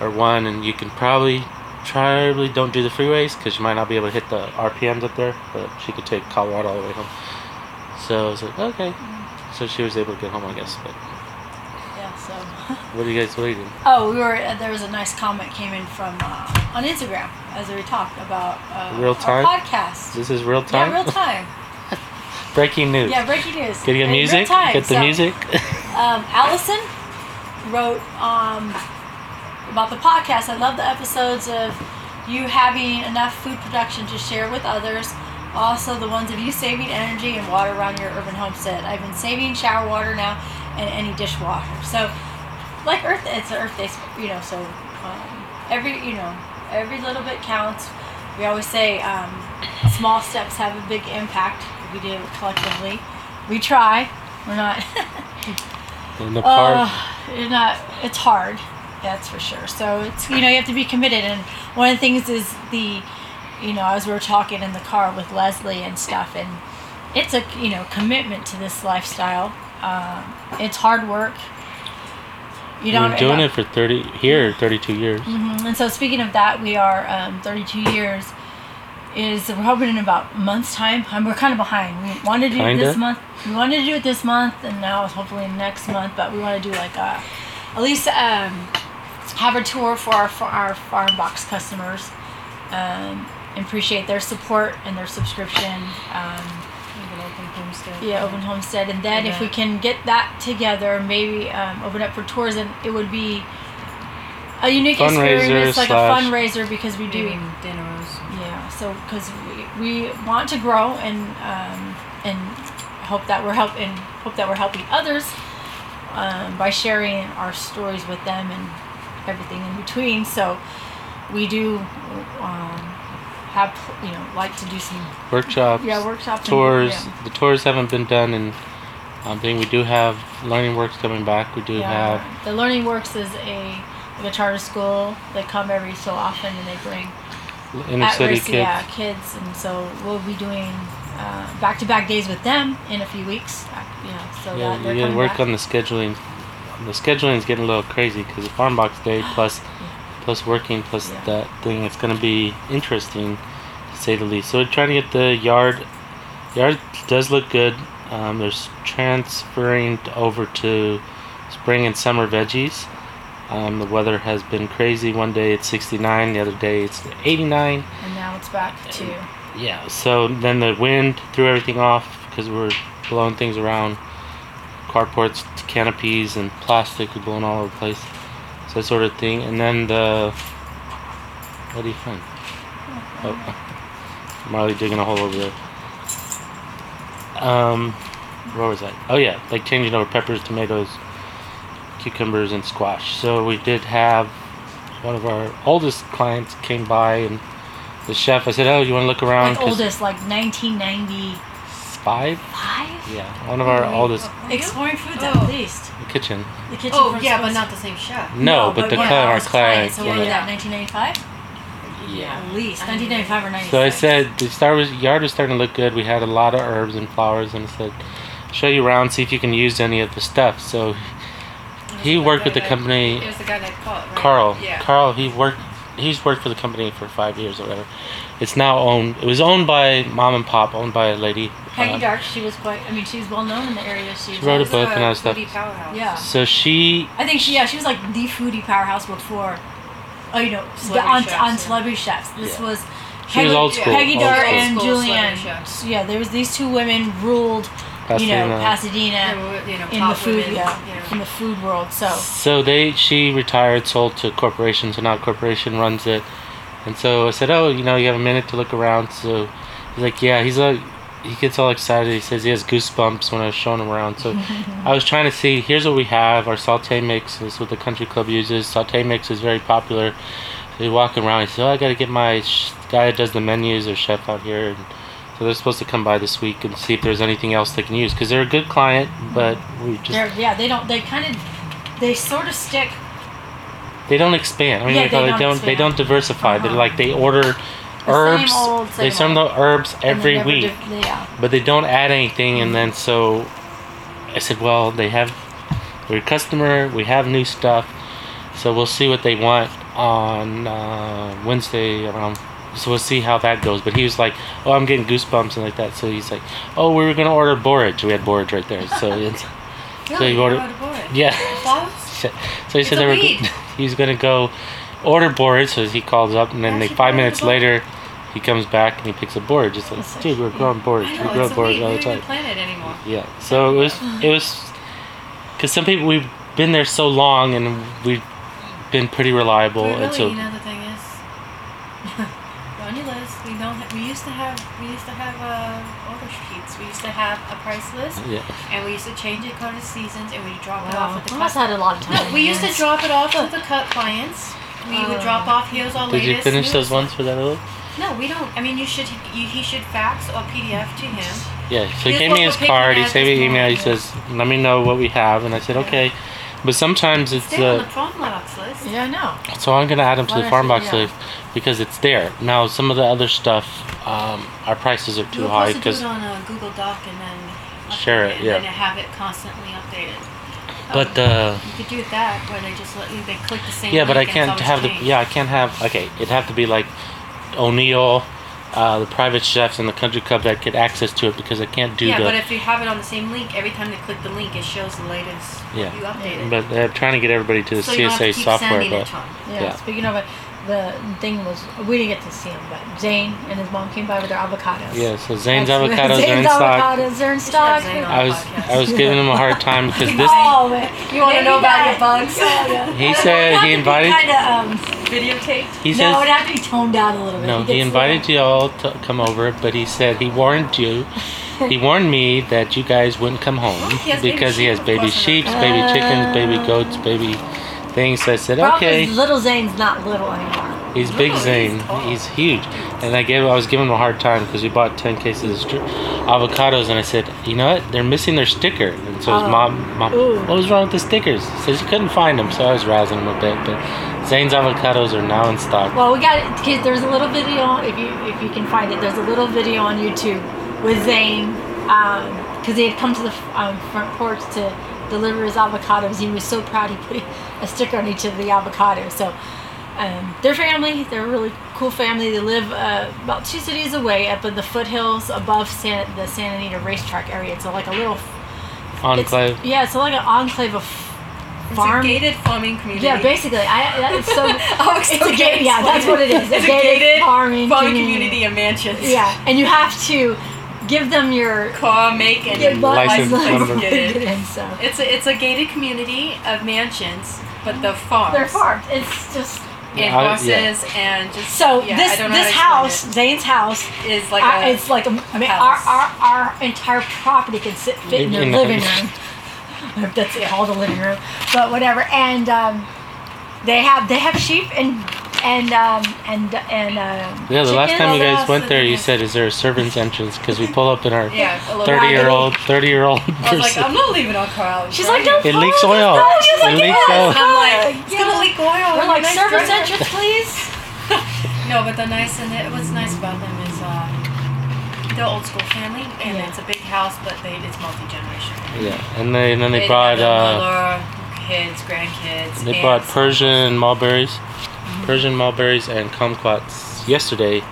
C: or one, and you can probably, probably don't do the freeways because you might not be able to hit the RPMs up there. But she could take Colorado all the way home. So I was like, okay. So she was able to get home, I guess. But
D: Yeah, so.
C: what do you guys, what are you doing?
D: Oh, we were. Uh, there was a nice comment came in from uh, on Instagram as we talked about uh,
C: Real
D: our
C: time?
D: podcast.
C: This is real time.
D: Yeah, real time.
C: Breaking news.
D: Yeah, breaking news.
C: Get your
D: In real
C: music.
D: time.
C: Get the
D: So,
C: music.
D: Um, Allison wrote um, about the podcast. I love the episodes of you having enough food production to share with others. Also, the ones of you saving energy and water around your urban homestead. I've been saving shower water now and any dishwasher. So, like Earth, it's an Earth Day, you know. So, um, every you know, every little bit counts. We always say um, small steps have a big impact. We do it collectively. We try. We're not.
C: In the park.
D: Uh, you're not. It's hard. That's for sure. So it's you know you have to be committed. And one of the things is the, you know, as we were talking in the car with Leslie and stuff, and it's a you know commitment to this lifestyle. Um, it's hard work. You
C: We've
D: don't
C: been doing it for 30, here, 32 years.
D: Mhm. And so, speaking of that, we are um, 32 years. Is we're hoping in about a month's time. Um, we're kind of behind. We wanted to do it this
C: Kinda.
D: month. We wanted to do it this month, and now it's hopefully next month. But we want to do like a, at least um, have a tour for our for our farm box customers. Um, and appreciate their support and their subscription. Um,
E: I'm gonna open homestead.
D: yeah, open homestead, and then if we
E: Yeah.
D: can get that together, maybe um, open up for tours, and it would be a unique
C: Fundraiser
D: experience, like a
C: slash-
D: fundraiser, because we do.
E: doing dinners.
D: Yeah, so because we, we want to grow and um, and hope that we're help and hope that we're helping others um, by sharing our stories with them and everything in between. So we do um, have you know like to do some
C: Workshops.
D: yeah workshops and-
C: Tours.
D: yeah.
C: The tours haven't been done. And um, thing we do have learning works coming back. We do have.
D: The Learning Works is a like a charter school. They come every so often and they bring
C: Inner city
D: at-risk,
C: kids.
D: yeah, kids, and so we'll be doing uh, back-to-back days with them in a few weeks. Uh, Yeah, so
C: Yeah,
D: that they're
C: you gotta
D: coming
C: work
D: back.
C: on the scheduling. The scheduling's getting a little crazy because the farm box day plus plus working plus
D: Yeah.
C: that thing. It's gonna be interesting to say the least. So we're trying to get the yard. Yard does look good. Um, there's transferring over to spring and summer veggies. Um, the weather has been crazy. One day it's 69, the other day it's 89.
D: And now it's back to
C: Yeah, so then the wind threw everything off because we were blowing things around. Carports, to canopies, and plastic was blown all over the place. So that sort of thing. And then the. What do you find? Oh, Marley digging a hole over there. Um, where was I? Oh, yeah, like changing over peppers, tomatoes, cucumbers, and squash. So we did have one of our oldest clients came by and the chef, I said, Oh, you want to look around?
D: like
C: 'Cause-
D: oldest, like
E: Oh,
D: 1995.
C: five. Yeah, one of our oldest
D: Exploring foods
E: Oh.
D: at least.
C: kitchen.
D: The kitchen.
E: Oh,
D: first
E: yeah, but
D: was-
E: not the same chef.
C: No, but, the
D: yeah,
C: client, our
D: ours
C: client.
D: So what was
C: yeah.
D: that? 1995?
C: yeah.
D: At least 1995 or 96.
C: So I said the star was yard was starting to look good. We had a lot of herbs and flowers, and I said, "Show you around, see if you can use any of the stuff." So he worked with the company
E: It was the guy that called, right?
C: Carl.
E: Yeah.
C: Carl. He worked. He's worked for the company for five years or whatever. It's now owned. It was owned by mom and pop, owned by a lady.
D: Peggy
C: uh,
D: Dark. She was quite. I mean, she's well known in the area. She, was
C: wrote a
D: at.
C: book. and all that
E: It's a
C: stuff.
E: foodie uh, powerhouse.
D: Yeah.
C: So she
D: I think she. Yeah, she was like the foodie powerhouse before. Oh, you know, the,
E: Celebrity
D: on,
E: chefs,
D: on
E: yeah.
D: celebrity chefs. This
C: Yeah.
D: was.
C: She was old school,
D: Peggy
C: old
D: Dar
C: school.
D: and
E: Old school
D: Julianne.
E: celebrity chefs.
D: Yeah, there was these two women ruled. You know,
C: Pasadena.
E: They
D: Pasadena
E: were, You know,
D: in the
E: pop
D: food.
E: women,
D: yeah,
E: you know.
D: in the food world. So
C: So they, she retired, sold to a corporation. So now a corporation runs it. And so I said, "Oh, you know, you have a minute to look around." So he's like, "Yeah." He's like, he gets all excited. He says he has goosebumps when I was showing him around. So I was trying to see. Here's what we have: our saute mix. This is what the country club uses. Saute mix is very popular. So he's walking around. He says, "Oh, I got to get my sh- guy that does the menus or chef out here." And so they're supposed to come by this week and see if there's anything else they can use because they're a good client, but we just
D: they're yeah they don't they kind of they sort of stick
C: They don't expand. I mean,
D: Yeah,
C: like, they,
D: they
C: don't
D: don't
C: they
D: expand.
C: don't diversify. They're
D: Uh-huh.
C: like they order
D: The same
C: herbs.
D: old, same
C: they send the herbs
D: and they
C: every
D: never
C: week,
D: div- they- yeah.
C: but they don't add anything. And then so I said, well, they have we're a customer. We have new stuff, so we'll see what they want on uh, Wednesday around. So we'll see how that goes. But he was like, "Oh, I'm getting goosebumps and like that." So he's like, "Oh, we were gonna order borage. We had borage right there." So it's,
E: Really?
C: you ordered-
E: Out of board.
C: yeah.
E: Flowers?
C: So he said
E: a
C: they were
E: weed.
C: he's gonna go order board, so he calls up, and then
E: That's
C: like five
E: incredible.
C: minutes later, he comes back and he picks a board. Just like,
D: That's
C: dude, we're growing boards,
E: I
C: we
E: know,
C: grow
E: it's a
C: boards
E: weed.
C: all
E: We
C: the
E: don't even
C: time.
E: plant it anymore.
C: Yeah, so it was it was because some people we've been there so long and we've been pretty reliable,
E: But
C: and
E: really,
C: so
E: you know, the thing is, on your list, we don't. ha- we used to have. We used to have uh, order sheets. We used to have a price list,
C: yeah,
E: and we used to change it according to seasons, and we drop it off
D: Wow.
E: at the.
D: I must
E: cut-
D: have had a lot of time. Oh.
E: No, we used to
D: Yes.
E: drop it off to the cut clients. We would drop off here's our
C: did you
E: latest.
C: finish
E: news.
C: those ones for that little?
E: No, we don't. I mean, you should. You, he should fax or PDF to him.
C: Yeah, so
E: Here's
C: he gave
E: what
C: me
E: we're
C: his
E: picking
C: card. He
E: at
C: sent me
E: this
C: an email. He
E: moment.
C: says, "Let me know what we have," and I said, "Okay," but sometimes it's
E: Stay on
C: uh,
E: the prom box list.
D: Yeah, I know.
C: So I'm gonna add them to the
D: Well,
C: farm box
D: yeah.
C: leaf because it's there. Now some of the other stuff, um, our prices are
E: We
C: too
E: were
C: high
E: supposed to do it
C: because
E: on a Google Doc and then
C: Share
E: update
C: it,
E: and
C: yeah.
E: then have it constantly updated.
C: but uh,
E: You could do that where they just let you they click the same.
C: yeah, but I
E: link and
C: can't
E: it's
C: have the
E: always changed.
C: yeah I can't have okay it'd have to be like O'Neill, uh, the private chefs and the country club that get access to it because I can't do
E: Yeah,
C: the
E: but if you have it on the same link, every time they click the link, it shows the latest.
C: Yeah.
E: You updated.
C: but they're trying to get everybody to the
E: so you don't have to
C: CSA
E: keep
C: software.
E: sending it
C: But
E: to 'em.
D: Yeah,
C: Yeah.
D: Speaking of it, the thing was we didn't get to see him, but Zane and his mom came by with their avocados.
C: yeah, so Zane's
D: That's-
C: avocados
D: Zane's
C: are in stock.
D: avocados are in
E: should have
D: stock.
E: Zane on.
C: I was I was giving him a hard time because this
D: Oh man, you want to
E: Maybe
D: know about your
E: that-
D: bugs?
C: he said he invited
D: Kind of. Um,
E: Videotaped.
C: he
D: no,
C: says
D: it had to be toned down a little bit.
C: No,
D: gets
C: he invited you all to come over, but he said he warned you. he warned me that you guys wouldn't come home
E: He has baby
C: because he
E: sheep,
C: has
E: of
C: baby
E: course I'm
C: sheep,
E: not
C: baby chickens, baby goats, baby things. So I said,
D: Problem
C: okay,
D: is, little Zane's not little anymore.
C: he's big
E: he's
C: Zane,
E: tall.
C: he's huge. And I gave, I was giving him a hard time because we bought ten cases of stri- avocados, and I said, you know what? They're missing their sticker. And so his
D: Oh.
C: mom, mom,
D: Ooh.
C: what was wrong with the stickers? He says he couldn't find them, so I was rousing him a bit. But Zane's avocados are now in stock.
D: Well, we got it. Kids, there's a little video if you if you can find it. There's a little video on YouTube with Zane because he had come to the um, front porch to deliver his avocados. He was so proud he put a sticker on each of the avocados. So um, their family, they're really cool family. They live uh, about two cities away, up in the foothills above San, the Santa Anita racetrack area. It's like a little
C: Enclave.
D: It's, yeah, it's like an enclave of
E: It's
D: farm.
E: a gated farming community.
D: yeah, basically, I that is so.
E: Oh, it's
D: it's a
E: okay,
D: gate. Yeah,
E: explain.
D: that's what it is.
E: It's a gated
D: farming,
E: farming community and mansions.
D: Yeah, and you have to give them your
E: Car, make, and
D: your
C: blood License
E: license
C: number.
E: to get in.
D: in, so.
E: It's a, it's a gated community of mansions, but they're farms.
D: They're farmed. It's just
E: And
C: Yeah, I-
E: horses and just
D: so
E: yeah, I
D: this
E: don't know
D: this
E: how to
D: house,
E: explain
D: Zane's house,
E: it. is like
D: I-
E: a
D: it's like a, I mean, our,
E: house.
D: our our entire property can sit fit in your
C: In the
D: living
C: house.
D: room. I hope That's it, all the living room, but whatever. And um, they have they have sheep and and um, and and um,
C: Yeah, the last time you guys
D: chickens.
C: went there, you said, "Is there a servants' entrance?" Because we pull up in our
E: yeah, a little
C: thirty-year-old, thirty-year-old
E: I was like,
C: person.
E: I'm not leaving our car out.
D: She's
E: front.
D: like, don't
C: It
D: follow
C: leaks
D: this
C: oil.
D: dog." She's
C: It
D: like,
C: leaks
D: "Yes,
C: oil.
E: And I'm like,
D: yeah.
E: it's gonna leak oil.
D: We're
E: I'm
D: like
E: nice
D: service
E: driver."
D: entrance, please.
E: No, but the nice and it, what's nice about them is uh, they're old school family, and
D: Yeah.
E: it's a big house, but they it's multi
D: "Oh."
E: generational.
C: yeah, and they and then they brought uh,
E: kids, grandkids.
C: they brought
E: aunts.
C: Persian mulberries,
D: Mm-hmm.
C: Persian mulberries and kumquats yesterday,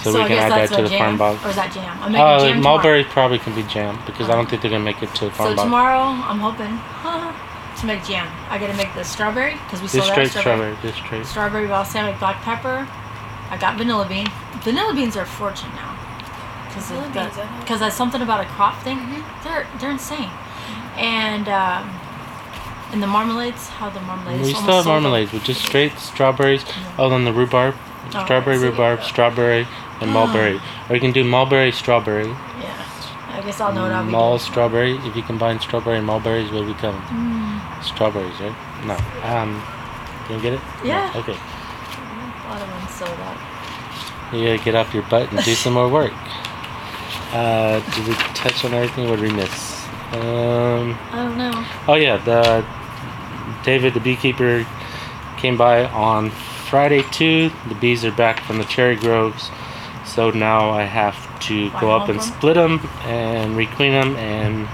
C: so, we can
D: I
C: add
D: guess
C: that
D: that's
C: to
D: what
C: the farm
D: jam,
C: box.
D: Or is that jam? I'm making
C: Uh,
D: jam tomorrow.
C: mulberry probably can be jam because I don't think they're gonna make it to the farm
D: So
C: box.
D: tomorrow, I'm hoping to make jam. I gotta make the strawberry because we
C: This
D: sold out
C: straight
D: of strawberry.
C: strawberry, this straight.
D: Strawberry balsamic black pepper. I got vanilla bean. Vanilla beans are a fortune now because
E: Vanilla beans, I know. Mm-hmm.
D: because that's something about a crop thing. They're they're insane. And um, and the marmalades, how the marmalades.
C: We
D: almost
C: still have
D: sold out.
C: marmalades, with just straight strawberries. Oh, then the rhubarb,
D: Oh,
C: strawberry
D: so-
C: rhubarb, strawberry, and mulberry. Or you can do mulberry strawberry,
D: Yeah, I guess I'll know what I'll be
C: mul
D: doing.
C: strawberry. If you combine strawberry and mulberries, what do we call them?
D: Mm.
C: Strawberries, right? No. Um, you get it? No.
D: Yeah.
C: Okay.
D: A lot of them sold out.
C: You gotta get off your butt and do some more work. Uh, did we touch on everything? What did we miss? Um.
D: I don't know.
C: Oh yeah, the David the beekeeper came by on Friday too. The bees are back from the cherry groves, so now I have to
D: Find
C: go
D: a
C: up
D: home
C: and
D: for 'em?
C: split them and requeen them and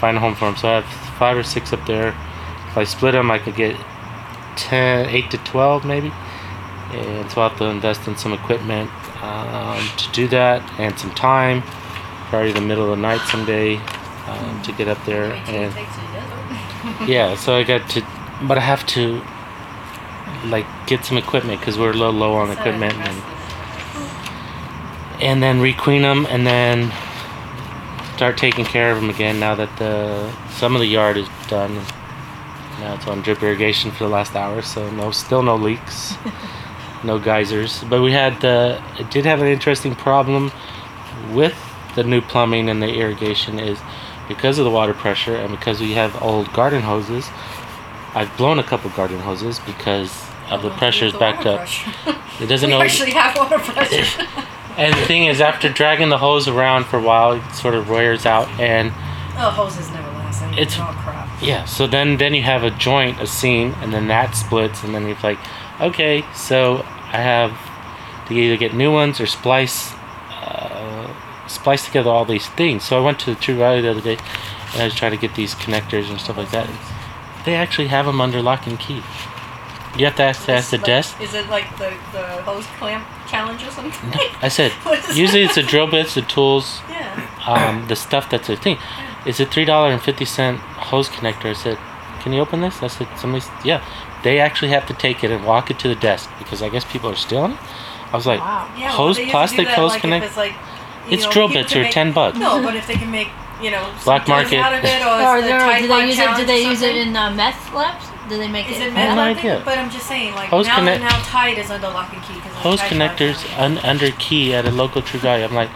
C: find a home for them. So I have five or six up there. If I split them, I could get 10, 8 to twelve maybe. And so I have to invest in some equipment um, to do that and some time. Probably the middle of the night someday um, to get up there
E: Wait till you
C: and
E: take to the desert.
C: yeah, so I got to, but I have to, like, get some equipment because we're a little low on
E: So
C: equipment,
E: impressive.
C: and, and then requeen them, and then start taking care of them again. Now that the some of the yard is done, now it's on drip irrigation for the last hour, so no, still no leaks, no geysers. But we had the, it did have an interesting problem with the new plumbing and the irrigation is because of the water pressure and because we have old garden hoses. I've blown a couple garden hoses because of the
E: Oh,
C: pressure is
E: the
C: backed
E: water
C: up.
E: pressure.
C: It doesn't
E: we
C: know.
E: actually have water pressure.
C: And the thing is, after dragging the hose around for a while, it sort of wears out, and
E: oh, hoses never last. I mean,
C: It's-
E: it's all crap.
C: yeah. So then, then you have a joint, a seam, and then that splits, and then you're like, okay, so I have to either get new ones or splice, uh, splice together all these things. So I went to the True Value the other day, and I was trying to get these connectors and stuff like that. They actually have them under lock and key. You have to ask, ask the
E: Like-
C: desk.
E: Is it like the, the hose clamp challenge or something?
C: I said,
E: What is
C: usually
E: that?
C: it's the drill bits, the tools,
E: yeah.
C: um, the stuff that's a thing. It's a three dollar and fifty cent hose connector. I said, "Can you open this?" I said, "Somebody's yeah." They actually have to take it and walk it to the desk because I guess people are stealing it. I was like,
D: Wow.
E: Yeah. well,
C: "Hose
E: they used to do
C: plastic
E: that,
C: hose
E: like, if
C: connect."
E: It's like you
C: It's
E: know,
C: drill
E: people
C: bits
E: can
C: or
E: make-
C: ten bucks.
E: No, but if they can make you know some
C: Black
E: dirt
C: market.
E: out of it, or,
D: Or,
E: it's the
D: they're-
E: Tide
D: do
E: Pod
D: they use it? Do
E: challenge
D: they
E: or
D: use it
E: something.
D: in uh, meth labs? Do they make
E: Is
D: it?
E: it metal?
C: no
E: I think-
C: idea.
E: But I'm just saying, like
C: Hose
E: now,
C: connect-
E: now Tide is under lock and key because
C: Hose connectors un- under key at a local True Value. I'm like,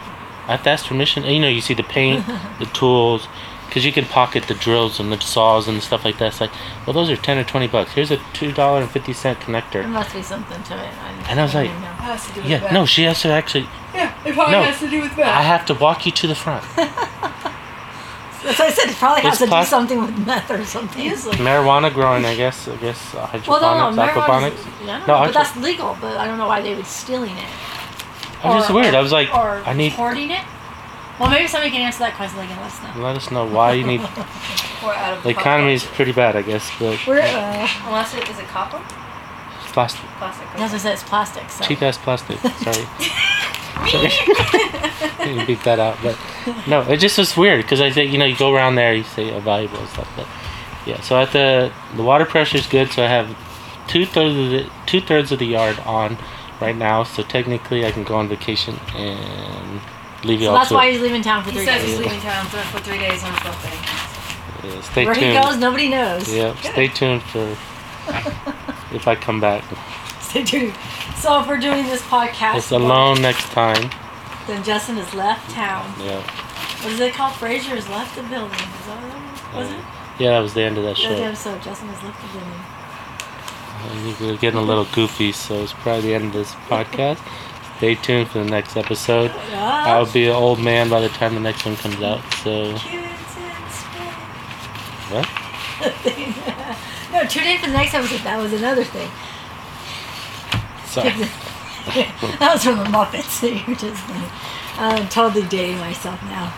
C: I have to ask permission. And, you know, you see the paint, the tools, because you can pocket the drills and the saws and stuff like that. It's like, well, those are ten or twenty bucks. Here's a two dollar and fifty cent
D: There
C: connector.
D: must be something to it.
C: And I was like-
D: don't know.
E: Has to do with
C: uh, Yeah,
E: that.
C: no, she has to actually.
E: Yeah, it probably
C: No.
E: has to do with
C: I
E: that.
C: have to walk you to the front.
D: That's why I said it probably
C: It's
D: has to
C: plas-
D: do something with meth or something.
E: Usually,
C: marijuana growing, I guess. I guess uh, hydroponics,
D: Well, no, no, marijuana.
C: aquaponics.
D: Yeah,
C: No,
D: but
C: hydro-
D: that's legal. But I don't know why they would stealing it
C: I'm just
D: or-
C: weird. I was like,
D: or
C: I need.
D: hoarding it. Well, maybe somebody can answer that question. Like, let us know.
C: Let us know why you need.
E: or out of
C: The
E: pocket.
C: economy is pretty bad, I guess, but
D: We're uh,
E: Unless it is it copper.
C: plastic.
E: Plastic.
D: That's what I said, it's plastic. So.
C: Cheap ass plastic. Sorry. Sorry. you can beep that out. But no, it just was weird because I think, you know, you go around there, you say oh, valuable and stuff. But yeah, so at the, the water pressure is good. So I have two thirds of the, two thirds of the yard on right now. So technically I can go on vacation and leave you
D: So
C: all
D: that's
C: to
D: why
C: it.
D: he's leaving town for
E: He
D: three
E: says he's
D: days.
E: leaving town for for three days on his birthday.
C: Yeah, Stay
D: Where
C: tuned.
D: he goes, nobody knows.
C: Yeah, stay tuned for if I come back.
D: Stay tuned. So if we're doing this podcast,
C: It's alone next time.
D: then Justin has left town.
C: Yeah.
D: What is it called? Frazier has left the building. Is that what it was? Was it?
C: Yeah, that was the end of that
D: That was the
C: show.
D: episode. Justin has left the building.
C: I think we're getting a little goofy, so it's probably the end of this podcast. Stay tuned for the next episode.
D: Yeah.
C: I'll be an old man by the time the next one comes out. So
D: Kids in space.
C: what?
D: no, tune in for the next episode. That was another thing.
C: Sorry.
D: that was from the Muppets. You're just like, I'm totally dating myself now.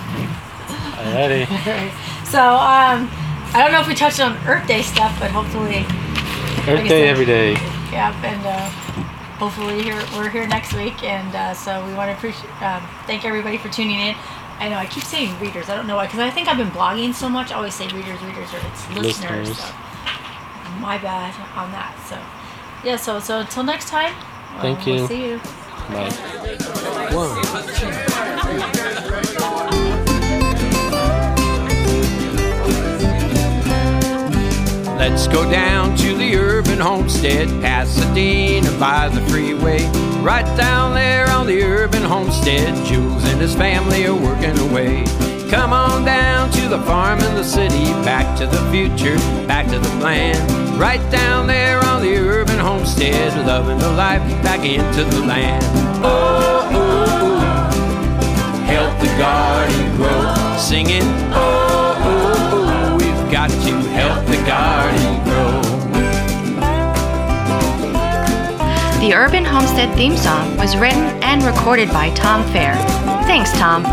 C: Alrighty.
D: Alright. So, um, I don't know if we touched on Earth Day stuff, but hopefully,
C: Earth Day every day.
D: yeah, and uh, hopefully here we're here next week. And uh, so we want to appreciate, um, thank everybody for tuning in. I know I keep saying readers. I don't know why, because I think I've been blogging so much. I always say readers, readers, or it's listeners.
C: Listeners.
D: So my bad on that. So, yeah. So, so until next time. um,
C: Thank
D: we'll
C: you.
D: see you.
C: Bye.
A: One, Let's go down to the urban homestead, Pasadena by the freeway. Right down there on the urban homestead, Jules and his family are working away. Come on down to the farm in the city, back to the future, back to the plan. Right down there on the urban homestead, loving the life back into the land. Oh, oh, oh. help the garden grow, singing. Oh, oh, oh, we've got to help the garden grow.
F: The Urban Homestead theme song was written and recorded by Tom Fair. Thanks, Tom.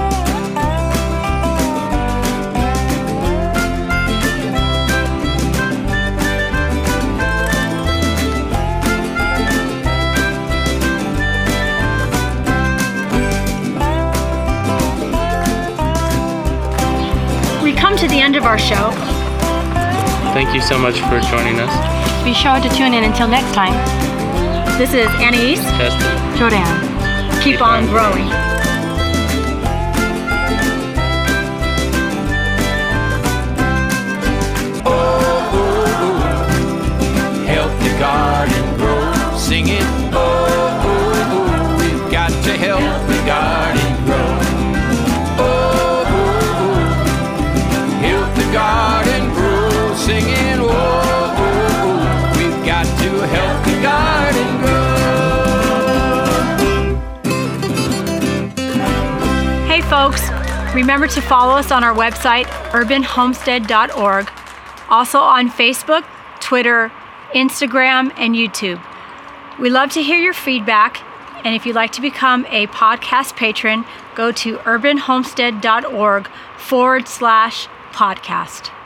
B: We come to the end of our show.
C: Thank you so much for joining us,
B: Be sure to tune in until next time. This is Annie East,
C: Justin.
B: Jordan. Keep on growing.
A: help the garden grow. Sing it, oh, oh, oh, we've got to help the garden grow. Oh, oh, oh, help the garden grow. Singing, oh, oh, oh, we've got to help the garden grow.
B: Hey, folks, remember to follow us on our website, urbanhomestead.org, also on Facebook, Twitter, Instagram, and YouTube. We love to hear your feedback, and if you'd like to become a podcast patron, go to urbanhomestead.org forward slash podcast.